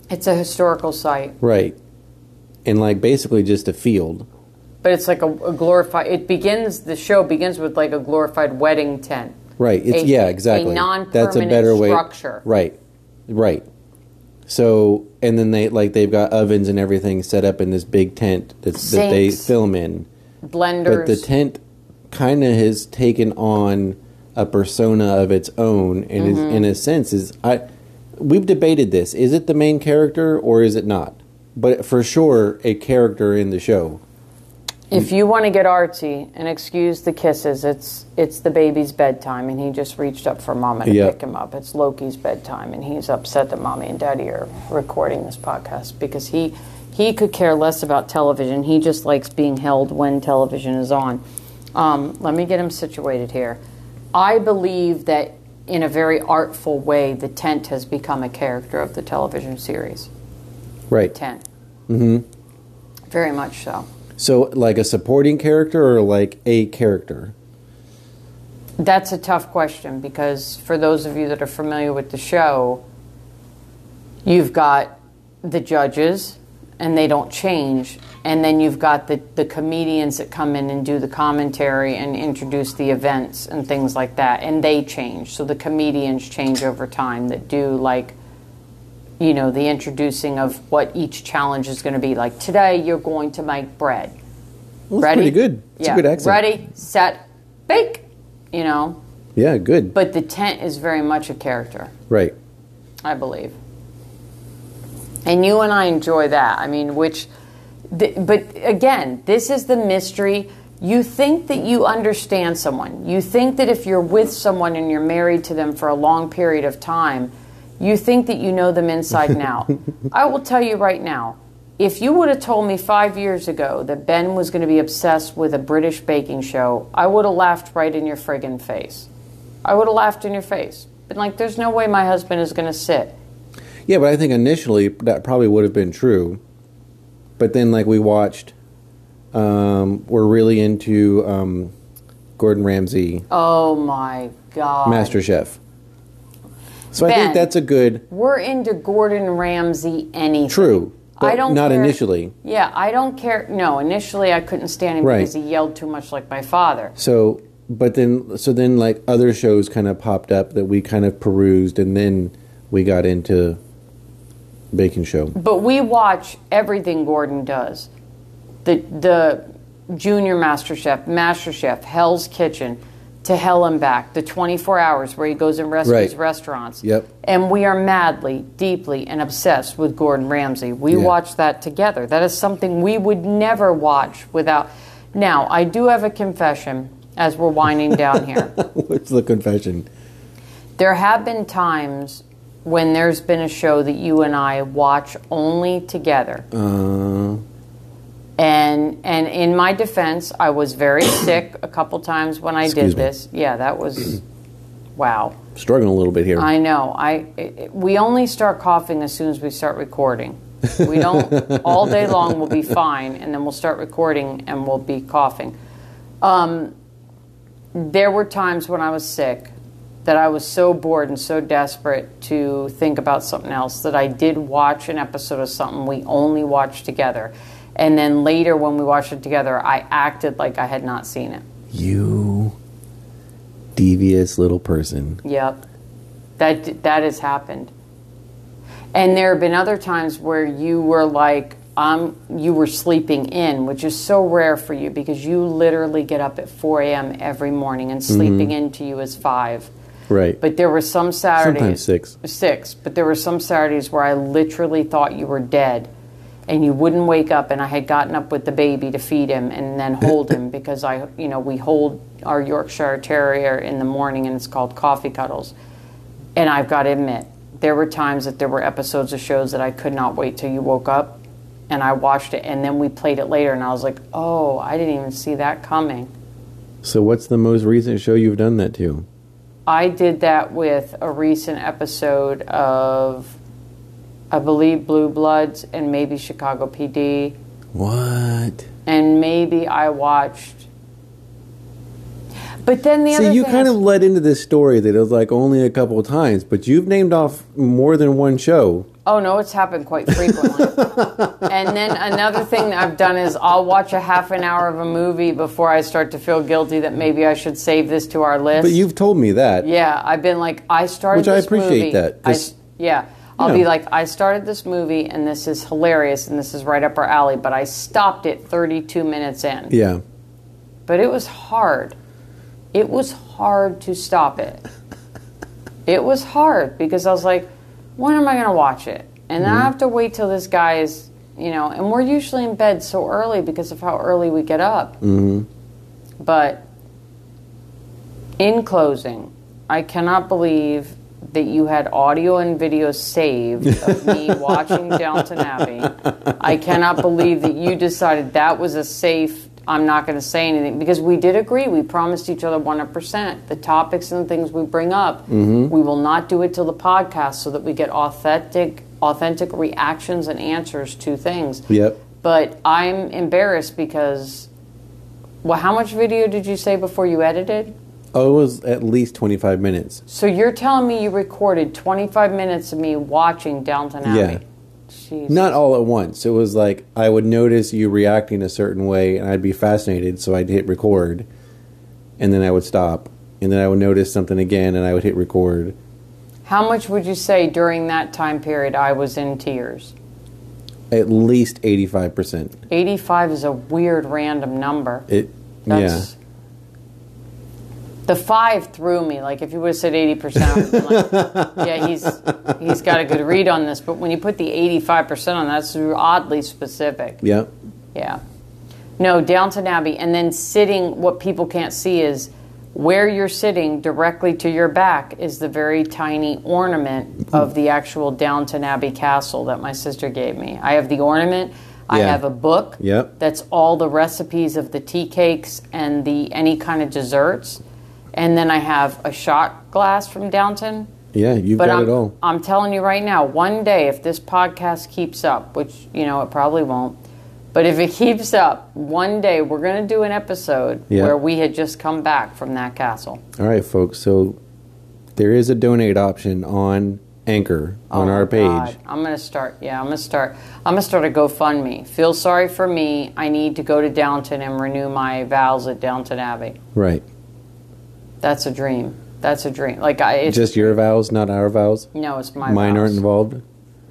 [SPEAKER 2] It's a historical site,
[SPEAKER 1] right? And like basically just a field.
[SPEAKER 2] but it's like a, a glorified. It begins, the show begins with like a glorified wedding tent.
[SPEAKER 1] Right. It's,
[SPEAKER 2] A-
[SPEAKER 1] yeah,
[SPEAKER 2] a
[SPEAKER 1] exactly. That's a
[SPEAKER 2] non-permanent
[SPEAKER 1] better way.
[SPEAKER 2] structure.
[SPEAKER 1] Right. Right. So, and then they like they've got ovens and everything set up in this big tent that's, that they
[SPEAKER 2] Sinks.
[SPEAKER 1] film in.
[SPEAKER 2] blenders.
[SPEAKER 1] But the tent kind of has taken on a persona of its own, and is,
[SPEAKER 2] Mhm.
[SPEAKER 1] in a sense, is I we've debated this: is it the main character or is it not? But for sure, a character in the show.
[SPEAKER 2] if you want to get artsy and excuse the kisses, it's it's the baby's bedtime, and he just reached up for mama to
[SPEAKER 1] Yep.
[SPEAKER 2] pick him up. It's Loki's bedtime, and he's upset that mommy and daddy are recording this podcast because he he could care less about television. He just likes being held when television is on. Um, let me get him situated here. I believe that in a very artful way, the tent has become a character of the television series.
[SPEAKER 1] Right.
[SPEAKER 2] Tent,
[SPEAKER 1] hmm
[SPEAKER 2] very much so.
[SPEAKER 1] So, like a supporting character or like a character.
[SPEAKER 2] That's a tough question because for those of you that are familiar with the show, you've got the judges and they don't change. And then you've got the, the comedians that come in and do the commentary and introduce the events and things like that. And they change. So the comedians change over time that do like, you know, the introducing of what each challenge is going to be. Like today, you're going to make bread.
[SPEAKER 1] Well, that's
[SPEAKER 2] Ready?
[SPEAKER 1] pretty good. It's a good accent.
[SPEAKER 2] Ready, set, bake. You know,
[SPEAKER 1] Yeah, good.
[SPEAKER 2] but the tent is very much a character,
[SPEAKER 1] Right.
[SPEAKER 2] I believe. And you and I enjoy that. I mean, which, th- but again, this is the mystery. You think that you understand someone. You think that if you're with someone and you're married to them for a long period of time, you think that you know them inside and out. I will tell you right now if you would have told me five years ago that Ben was going to be obsessed with a British baking show, I would have laughed right in your friggin' face. I would have laughed in your face. Been like, there's no way my husband is going to sit.
[SPEAKER 1] Yeah, but I think initially that probably would have been true. But then, like, we watched, um, we're really into um, Gordon Ramsay,
[SPEAKER 2] Oh my God.
[SPEAKER 1] Master Chef. So I
[SPEAKER 2] Ben.
[SPEAKER 1] think that's a good,
[SPEAKER 2] We're into Gordon Ramsay anything.
[SPEAKER 1] true, but
[SPEAKER 2] I don't
[SPEAKER 1] not
[SPEAKER 2] care-
[SPEAKER 1] initially.
[SPEAKER 2] Yeah, I don't care. No, initially I couldn't stand him
[SPEAKER 1] Right.
[SPEAKER 2] because he yelled too much like my father.
[SPEAKER 1] So, but then, so then, like, other shows kind of popped up that we kind of perused, and then we got into Baking Show.
[SPEAKER 2] But we watch everything Gordon does. The the Junior Master Chef, Master Chef, Hell's Kitchen, to Hell and Back, the 24 hours where he goes and rescues
[SPEAKER 1] Right.
[SPEAKER 2] restaurants.
[SPEAKER 1] Yep.
[SPEAKER 2] And we are madly, deeply, and obsessed with Gordon Ramsay. We
[SPEAKER 1] Yeah.
[SPEAKER 2] watch that together. That is something we would never watch without. Now, I do have a confession as we're winding down here.
[SPEAKER 1] What's the confession?
[SPEAKER 2] There have been times when there's been a show that you and I watch only together.
[SPEAKER 1] Uh,
[SPEAKER 2] And and in my defense, I was very sick a couple times when I
[SPEAKER 1] Excuse
[SPEAKER 2] did
[SPEAKER 1] me.
[SPEAKER 2] this. Yeah, that was wow.
[SPEAKER 1] Struggling a little bit here.
[SPEAKER 2] I know. I it, it- we only start coughing as soon as we start recording. We don't all day long. We'll be fine, and then we'll start recording, and we'll be coughing. Um, there were times when I was sick that I was so bored and so desperate to think about something else that I did watch an episode of something we only watched together, and then later when we watched it together, I acted like I had not seen it.
[SPEAKER 1] You devious little person.
[SPEAKER 2] Yep. That that has happened. And there have been other times where you were like um you were sleeping in, which is so rare for you because you literally get up at 4 a.m. every morning and sleeping
[SPEAKER 1] Mhm.
[SPEAKER 2] in to you is 5.
[SPEAKER 1] Right.
[SPEAKER 2] But there were some Saturdays
[SPEAKER 1] Sometimes six.
[SPEAKER 2] Six, but there were some Saturdays where I literally thought you were dead and you wouldn't wake up and I had gotten up with the baby to feed him and then hold him because I you know, we hold our Yorkshire terrier in the morning and it's called coffee cuddles. And I've got to admit, there were times that there were episodes of shows that I could not wait till you woke up and I watched it and then we played it later and I was like, "Oh, I didn't even see that coming."
[SPEAKER 1] So what's the most recent show you've done that to?
[SPEAKER 2] I did that with a recent episode of, I believe, Blue Bloods and maybe Chicago PD.
[SPEAKER 1] What?
[SPEAKER 2] And maybe I watched. But then the
[SPEAKER 1] See,
[SPEAKER 2] other
[SPEAKER 1] you
[SPEAKER 2] thing
[SPEAKER 1] kind
[SPEAKER 2] is-
[SPEAKER 1] of led into this story that it was like only a couple of times, but you've named off more than one show.
[SPEAKER 2] Oh no, it's happened quite frequently. and then another thing that I've done is I'll watch a half an hour of a movie before I start to feel guilty that maybe I should save this to our list.
[SPEAKER 1] But you've told me that.
[SPEAKER 2] Yeah, I've been like, I started.
[SPEAKER 1] Which I
[SPEAKER 2] this
[SPEAKER 1] appreciate
[SPEAKER 2] movie.
[SPEAKER 1] that,
[SPEAKER 2] I,
[SPEAKER 1] 'cause-
[SPEAKER 2] yeah, I'll
[SPEAKER 1] Yeah.
[SPEAKER 2] be like, I started this movie, and this is hilarious, and this is right up our alley. But I stopped it 32 minutes in.
[SPEAKER 1] Yeah.
[SPEAKER 2] But it was hard. It was hard to stop it. it was hard because I was like, when am I going to watch it? And then I
[SPEAKER 1] Mm-hmm.
[SPEAKER 11] Mhm.
[SPEAKER 2] have to wait till this guy is, you know. And we're usually in bed so early because of how early we get up.
[SPEAKER 11] Mm-hmm.
[SPEAKER 2] But in closing, I cannot believe that you had audio and video saved of me watching Downton Abbey. I cannot believe that you decided that was a safe. I'm not going to say anything because we did agree. We promised each other 100%. The topics and things we bring up,
[SPEAKER 11] Mhm.
[SPEAKER 2] we will not do it till the podcast so that we get authentic authentic reactions and answers to things.
[SPEAKER 1] Yep.
[SPEAKER 2] But I'm embarrassed because, well, how much video did you say before you edited?
[SPEAKER 1] Oh, it was at least 25 minutes.
[SPEAKER 2] So you're telling me you recorded 25 minutes of me watching Downton
[SPEAKER 1] Yeah.
[SPEAKER 2] Abbey? Jeez.
[SPEAKER 1] Not all at once. It was like I would notice you reacting a certain way and I'd be fascinated, so I'd hit record and then I would stop. And then I would notice something again and I would hit record.
[SPEAKER 2] How much would you say during that time period I was in tears?
[SPEAKER 1] At least 85%.
[SPEAKER 2] 85 is a weird random number.
[SPEAKER 1] It,
[SPEAKER 2] That's- The five threw me. Like if you would have said 80%, I would have been like, yeah, he's he's got a good read on this. But when you put the 85% on, that's oddly specific.
[SPEAKER 1] yeah. Yep.
[SPEAKER 2] Yeah. No, Downton Abbey. And then sitting, what people can't see is where you're sitting directly to your back is the very tiny ornament of the actual Downton Abbey castle that my sister gave me. I have the ornament, I
[SPEAKER 1] Yeah.
[SPEAKER 2] have a book
[SPEAKER 1] Yep.
[SPEAKER 2] that's all the recipes of the tea cakes and the any kind of desserts. And then I have a shot glass from Downton.
[SPEAKER 1] Yeah, you've
[SPEAKER 2] but
[SPEAKER 1] got
[SPEAKER 2] I'm,
[SPEAKER 1] it all.
[SPEAKER 2] I'm telling you right now, one day if this podcast keeps up, which you know it probably won't, but if it keeps up, one day we're going to do an episode
[SPEAKER 1] Yeah.
[SPEAKER 2] where we had just come back from that castle.
[SPEAKER 1] All right, folks. So there is a donate option on Anchor on our page.
[SPEAKER 2] Oh, God, I'm going to start. Yeah, I'm going to start. I'm going to start a GoFundMe. Feel sorry for me. I need to go to Downton and renew my vows at Downton Abbey.
[SPEAKER 1] Right.
[SPEAKER 2] That's a dream. That's a dream. Like I, it's,
[SPEAKER 1] Just your vows, not our vows.
[SPEAKER 2] no, it's my
[SPEAKER 1] Mine
[SPEAKER 2] vows.
[SPEAKER 1] aren't involved.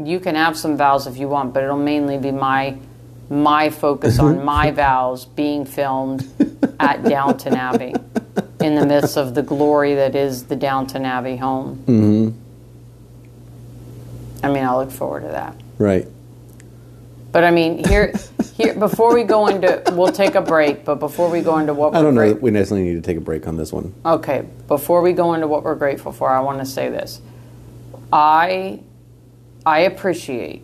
[SPEAKER 2] you can have some vows if you want, but it'll mainly be my my focus on my vows being filmed at Downton Abbey in the midst of the glory that is the Downton Abbey home.
[SPEAKER 1] hmm
[SPEAKER 2] I mean, I look forward to that.
[SPEAKER 1] Right.
[SPEAKER 2] But I mean, here here before we go into we'll take a break, but before we go into what we're
[SPEAKER 1] I don't know.
[SPEAKER 2] great-
[SPEAKER 1] that We necessarily need to take a break on this one.
[SPEAKER 2] Okay, before we go into what we're grateful for, I want to say this. I I appreciate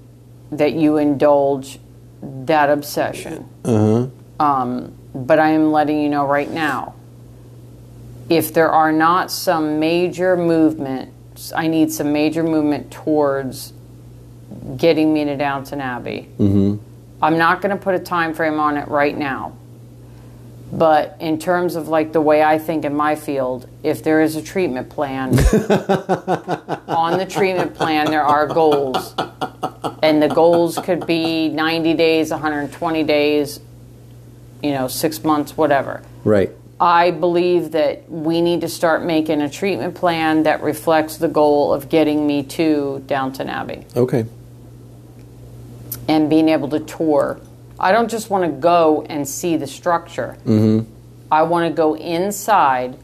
[SPEAKER 2] that you indulge that obsession.
[SPEAKER 1] Uh huh.
[SPEAKER 2] Um, but I am letting you know right now if there are not some major movements, I need some major movement towards getting me to Downton Abbey.
[SPEAKER 1] Mm-hmm.
[SPEAKER 2] I'm not going to put a time frame on it right now. But in terms of like the way I think in my field, if there is a treatment plan, on the treatment plan there are goals. And the goals could be 90 days, 120 days, you know, 6 months, whatever.
[SPEAKER 1] Right.
[SPEAKER 2] I believe that we need to start making a treatment plan that reflects the goal of getting me to Downton Abbey
[SPEAKER 1] Okay.
[SPEAKER 2] and being able to tour. I don't just want to go and see the structure.
[SPEAKER 1] Mm-hmm.
[SPEAKER 2] I want to go inside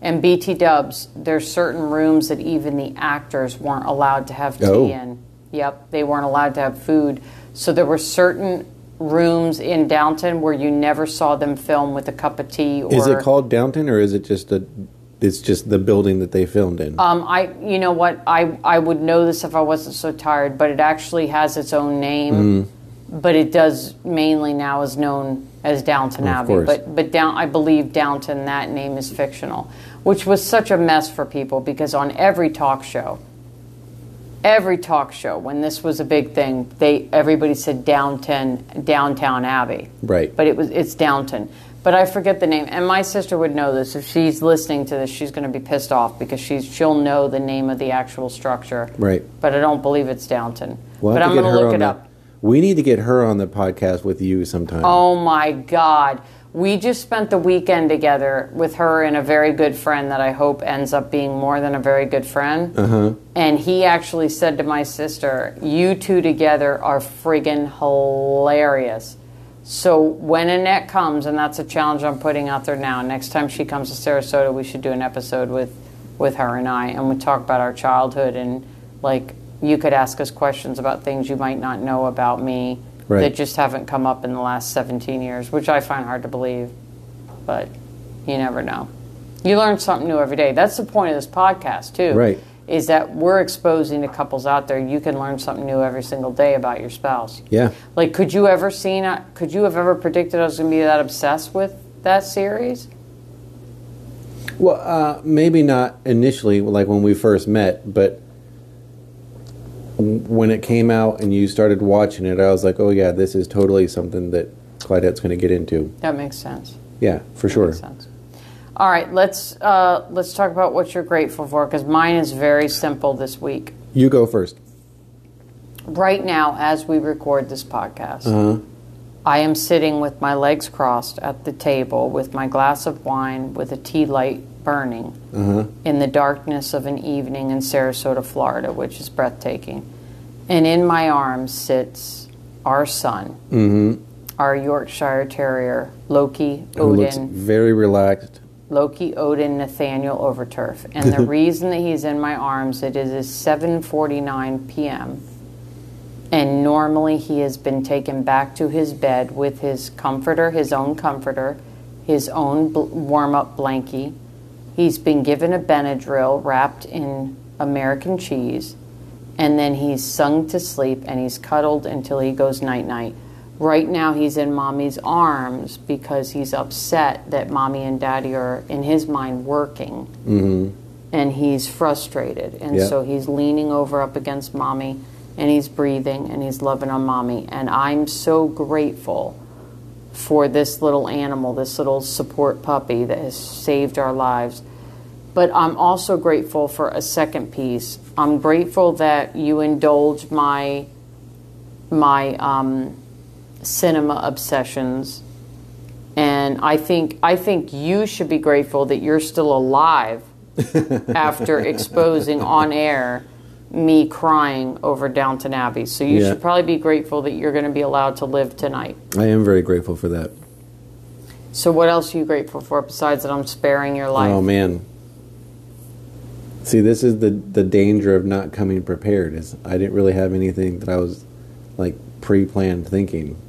[SPEAKER 2] and BT dubs. There's certain rooms that even the actors weren't allowed to have tea
[SPEAKER 11] Oh.
[SPEAKER 2] in. Yep, they weren't allowed to have food. So there were certain rooms in Downton where you never saw them film with a cup of tea or
[SPEAKER 1] Is it called Downton or is it just a? It's just the building that they filmed in.
[SPEAKER 2] Um, I, you know what? I, I would know this if I wasn't so tired, but it actually has its own name.
[SPEAKER 11] Mm.
[SPEAKER 2] But it does mainly now is known as Downton
[SPEAKER 11] Of
[SPEAKER 2] Abbey.
[SPEAKER 11] course.
[SPEAKER 2] But but down, I believe Downton that name is fictional, which was such a mess for people because on every talk show, every talk show when this was a big thing, they everybody said Downton Downtown Abbey
[SPEAKER 1] Right.
[SPEAKER 2] but it was it's Downton. But I forget the name, and my sister would know this. If she's listening to this, she's going to be pissed off because she's she'll know the name of the actual structure.
[SPEAKER 1] Right.
[SPEAKER 2] But I don't believe it's Downton.
[SPEAKER 1] We'll
[SPEAKER 2] but
[SPEAKER 1] have
[SPEAKER 2] I'm
[SPEAKER 1] to get
[SPEAKER 2] going
[SPEAKER 1] her
[SPEAKER 2] to look
[SPEAKER 1] on
[SPEAKER 2] it
[SPEAKER 1] the-
[SPEAKER 2] up.
[SPEAKER 1] We need to get her on the podcast with you sometime.
[SPEAKER 2] Oh my God. We just spent the weekend together with her and a very good friend that I hope ends up being more than a very good friend.
[SPEAKER 1] Uh huh.
[SPEAKER 2] And he actually said to my sister, You two together are friggin' hilarious. So when Annette comes, and that's a challenge I'm putting out there now, next time she comes to Sarasota, we should do an episode with, with her and I, and we talk about our childhood and like you could ask us questions about things you might not know about me
[SPEAKER 11] Right.
[SPEAKER 2] that just haven't come up in the last 17 years, which I find hard to believe, but you never know. You learn something new every day. That's the point of this podcast too
[SPEAKER 1] Right.
[SPEAKER 2] is that we're exposing to couples out there you can learn something new every single day about your spouse
[SPEAKER 1] Yeah.
[SPEAKER 2] like could you ever seen could you have ever predicted i was going to be that obsessed with that series
[SPEAKER 1] Well, uh, maybe not initially, like when we first met, but w- when it came out and you started watching it, I was like, oh yeah, this is totally something that Claudette's going to get into.
[SPEAKER 2] that makes sense
[SPEAKER 1] Yeah, for sure.
[SPEAKER 2] all right let's uh, let's talk about what you're grateful for because mine is very simple this week
[SPEAKER 1] You go first.
[SPEAKER 2] right now as we record this podcast
[SPEAKER 1] Uh huh.
[SPEAKER 2] I am sitting with my legs crossed at the table with my glass of wine with a tea light burning
[SPEAKER 11] Uh
[SPEAKER 1] Uh-huh.
[SPEAKER 11] huh.
[SPEAKER 2] in the darkness of an evening in Sarasota, Florida, which is breathtaking. And in my arms sits our son,
[SPEAKER 1] Mm hmm.
[SPEAKER 2] our Yorkshire Terrier, Loki
[SPEAKER 1] Who looks
[SPEAKER 2] Odin,
[SPEAKER 1] very relaxed.
[SPEAKER 2] Loki Odin Nathaniel Overturf. And the reason that he's in my arms it is is 7:49 p.m. And normally he has been taken back to his bed with his comforter, his own comforter, his own bl- warm-up blankie. He's been given a Benadryl wrapped in American cheese, and then he's sung to sleep and he's cuddled until he goes night night. Right now, he's in mommy's arms because he's upset that mommy and daddy are, in his mind, working
[SPEAKER 11] Mm
[SPEAKER 2] and he's frustrated. And
[SPEAKER 11] Yeah.
[SPEAKER 2] so he's leaning over up against mommy and he's breathing and he's loving on mommy. And I'm so grateful for this little animal, this little support puppy that has saved our lives. But I'm also grateful for a second piece. I'm grateful that you indulge my my um, cinema obsessions and I think I think you should be grateful that you're still alive after exposing on air me crying over Downton Abbey. So you
[SPEAKER 1] Yeah.
[SPEAKER 2] should probably be grateful that you're going to be allowed to live tonight.
[SPEAKER 1] I am very grateful for that.
[SPEAKER 2] So what else are you grateful for besides that I'm sparing your life?
[SPEAKER 1] Oh man. See, this is the the danger of not coming prepared. Is I didn't really have anything that I was like pre-planned thinking.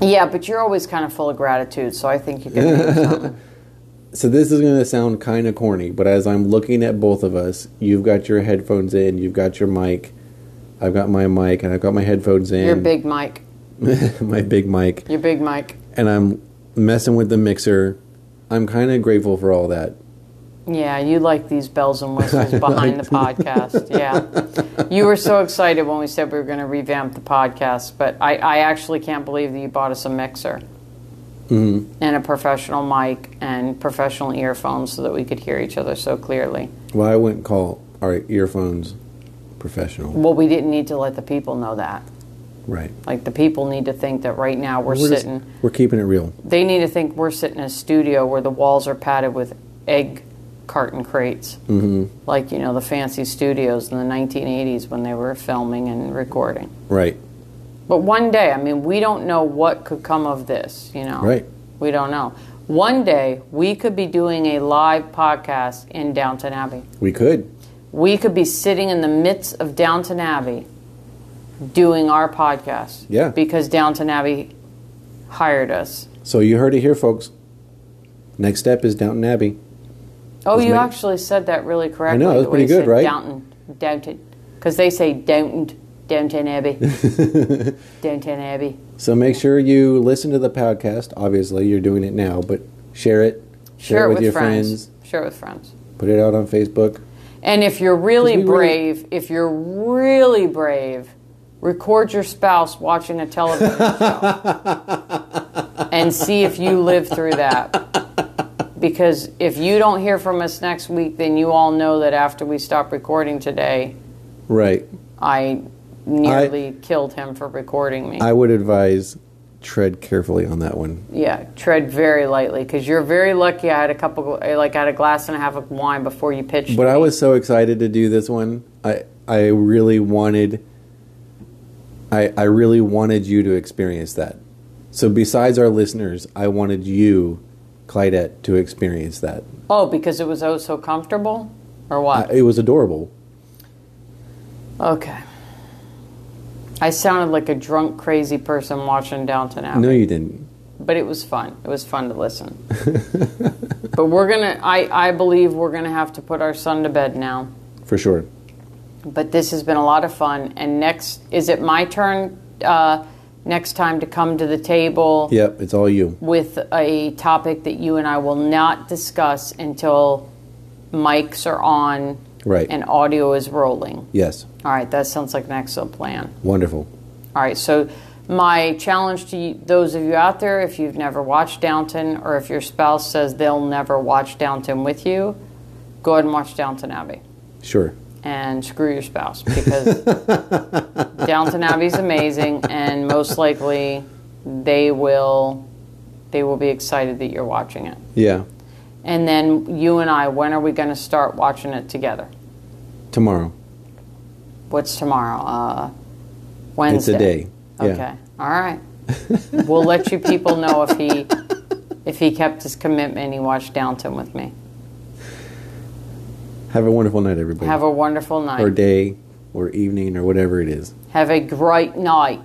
[SPEAKER 2] Yeah, but you're always kind of full of gratitude, so I think you can. do something.
[SPEAKER 1] So this is going to sound kind of corny, but as I'm looking at both of us, you've got your headphones in, you've got your mic, I've got my mic and I've got my headphones in.
[SPEAKER 2] Your big mic.
[SPEAKER 1] my big mic.
[SPEAKER 2] Your big mic.
[SPEAKER 1] And I'm messing with the mixer. I'm kind of grateful for all that.
[SPEAKER 2] Yeah, you like these bells and whistles behind the podcast. Yeah. You were so excited when we said we were going to revamp the podcast, but I, I actually can't believe that you bought us a mixer
[SPEAKER 1] Mhm.
[SPEAKER 2] and a professional mic and professional earphones so that we could hear each other so clearly.
[SPEAKER 1] Well, I wouldn't call our earphones professional.
[SPEAKER 2] Well, we didn't need to let the people know that.
[SPEAKER 1] Right.
[SPEAKER 2] Like, the people need to think that right now we're,
[SPEAKER 1] just-
[SPEAKER 2] sitting.
[SPEAKER 1] we're keeping it real.
[SPEAKER 2] They need to think we're sitting in a studio where the walls are padded with egg carton crates.
[SPEAKER 1] hmm
[SPEAKER 2] like you know the fancy studios in the 1980s when they were filming and recording.
[SPEAKER 1] Right.
[SPEAKER 2] But one day, I mean, we don't know what could come of this, you know.
[SPEAKER 1] Right.
[SPEAKER 2] We don't know. One day, we could be doing a live podcast in Downton Abbey.
[SPEAKER 1] We could.
[SPEAKER 2] We could be sitting in the midst of Downton Abbey doing our podcast.
[SPEAKER 1] Yeah.
[SPEAKER 2] Because Downton Abbey hired us.
[SPEAKER 1] So you heard it here, folks. Next step is Downton Abbey.
[SPEAKER 2] Oh,
[SPEAKER 1] Let's
[SPEAKER 2] you
[SPEAKER 1] make-
[SPEAKER 2] actually said that really correctly.
[SPEAKER 1] know, that was
[SPEAKER 2] the way
[SPEAKER 1] pretty
[SPEAKER 2] you
[SPEAKER 1] good,
[SPEAKER 2] said
[SPEAKER 1] right?
[SPEAKER 2] Downton, Downton, because they say Downton, Downton Abbey, Downton Abbey.
[SPEAKER 1] So make sure you listen to the podcast. Obviously, you're doing it now, but share it.
[SPEAKER 2] Share, it with,
[SPEAKER 1] your
[SPEAKER 2] friends. Share it with friends.
[SPEAKER 1] Put it out on Facebook.
[SPEAKER 2] And if you're really
[SPEAKER 1] 'Cause we really-
[SPEAKER 2] brave, if you're really brave, record your spouse watching a television show and see if you live through that. Because if you don't hear from us next week, then you all know that after we stop recording today,
[SPEAKER 1] Right.
[SPEAKER 2] I nearly killed him for recording me.
[SPEAKER 1] I would advise tread carefully on that one.
[SPEAKER 2] yeah, tread very lightly because you're very lucky. I had a couple, eh, like I had a glass and a half of wine before you pitched.
[SPEAKER 1] But I was so excited to do this one. I I really wanted I I really wanted you to experience that. So besides our listeners, I wanted you, Clydette, to experience that.
[SPEAKER 2] Oh, because it was oh so comfortable, or what?
[SPEAKER 1] I- it was adorable.
[SPEAKER 2] okay. I sounded like a drunk, crazy person watching Downton Abbey.
[SPEAKER 1] No, you didn't.
[SPEAKER 2] but it was fun. It was fun to listen. but we're gonna. I I believe we're gonna have to put our son to bed now.
[SPEAKER 1] For sure.
[SPEAKER 2] But this has been a lot of fun. And next, is it my turn? Uh, next time to come to the table
[SPEAKER 1] Yep, it's all you.
[SPEAKER 2] with a topic that you and I will not discuss until mics are on
[SPEAKER 1] Right.
[SPEAKER 2] and audio is rolling.
[SPEAKER 1] Yes.
[SPEAKER 2] All right, that sounds like an excellent plan.
[SPEAKER 1] Wonderful.
[SPEAKER 2] All right, so my challenge to you, those of you out there, if you've never watched Downton or if your spouse says they'll never watch Downton with you, go ahead and watch Downton Abbey
[SPEAKER 1] Sure.
[SPEAKER 2] and screw your spouse because Downton Abbey's amazing and most likely they will they will be excited that you're watching it.
[SPEAKER 1] Yeah.
[SPEAKER 2] And then you and I, when are we going to start watching it together?
[SPEAKER 1] Tomorrow.
[SPEAKER 2] What's tomorrow? Uh, Wednesday.
[SPEAKER 1] day, yeah.
[SPEAKER 2] Okay. All right. we'll let you people know if he if he kept his commitment. He watched Downton with me.
[SPEAKER 1] Have a wonderful night, everybody.
[SPEAKER 2] Have a wonderful night.
[SPEAKER 1] or day or evening or whatever it is.
[SPEAKER 2] Have a great night.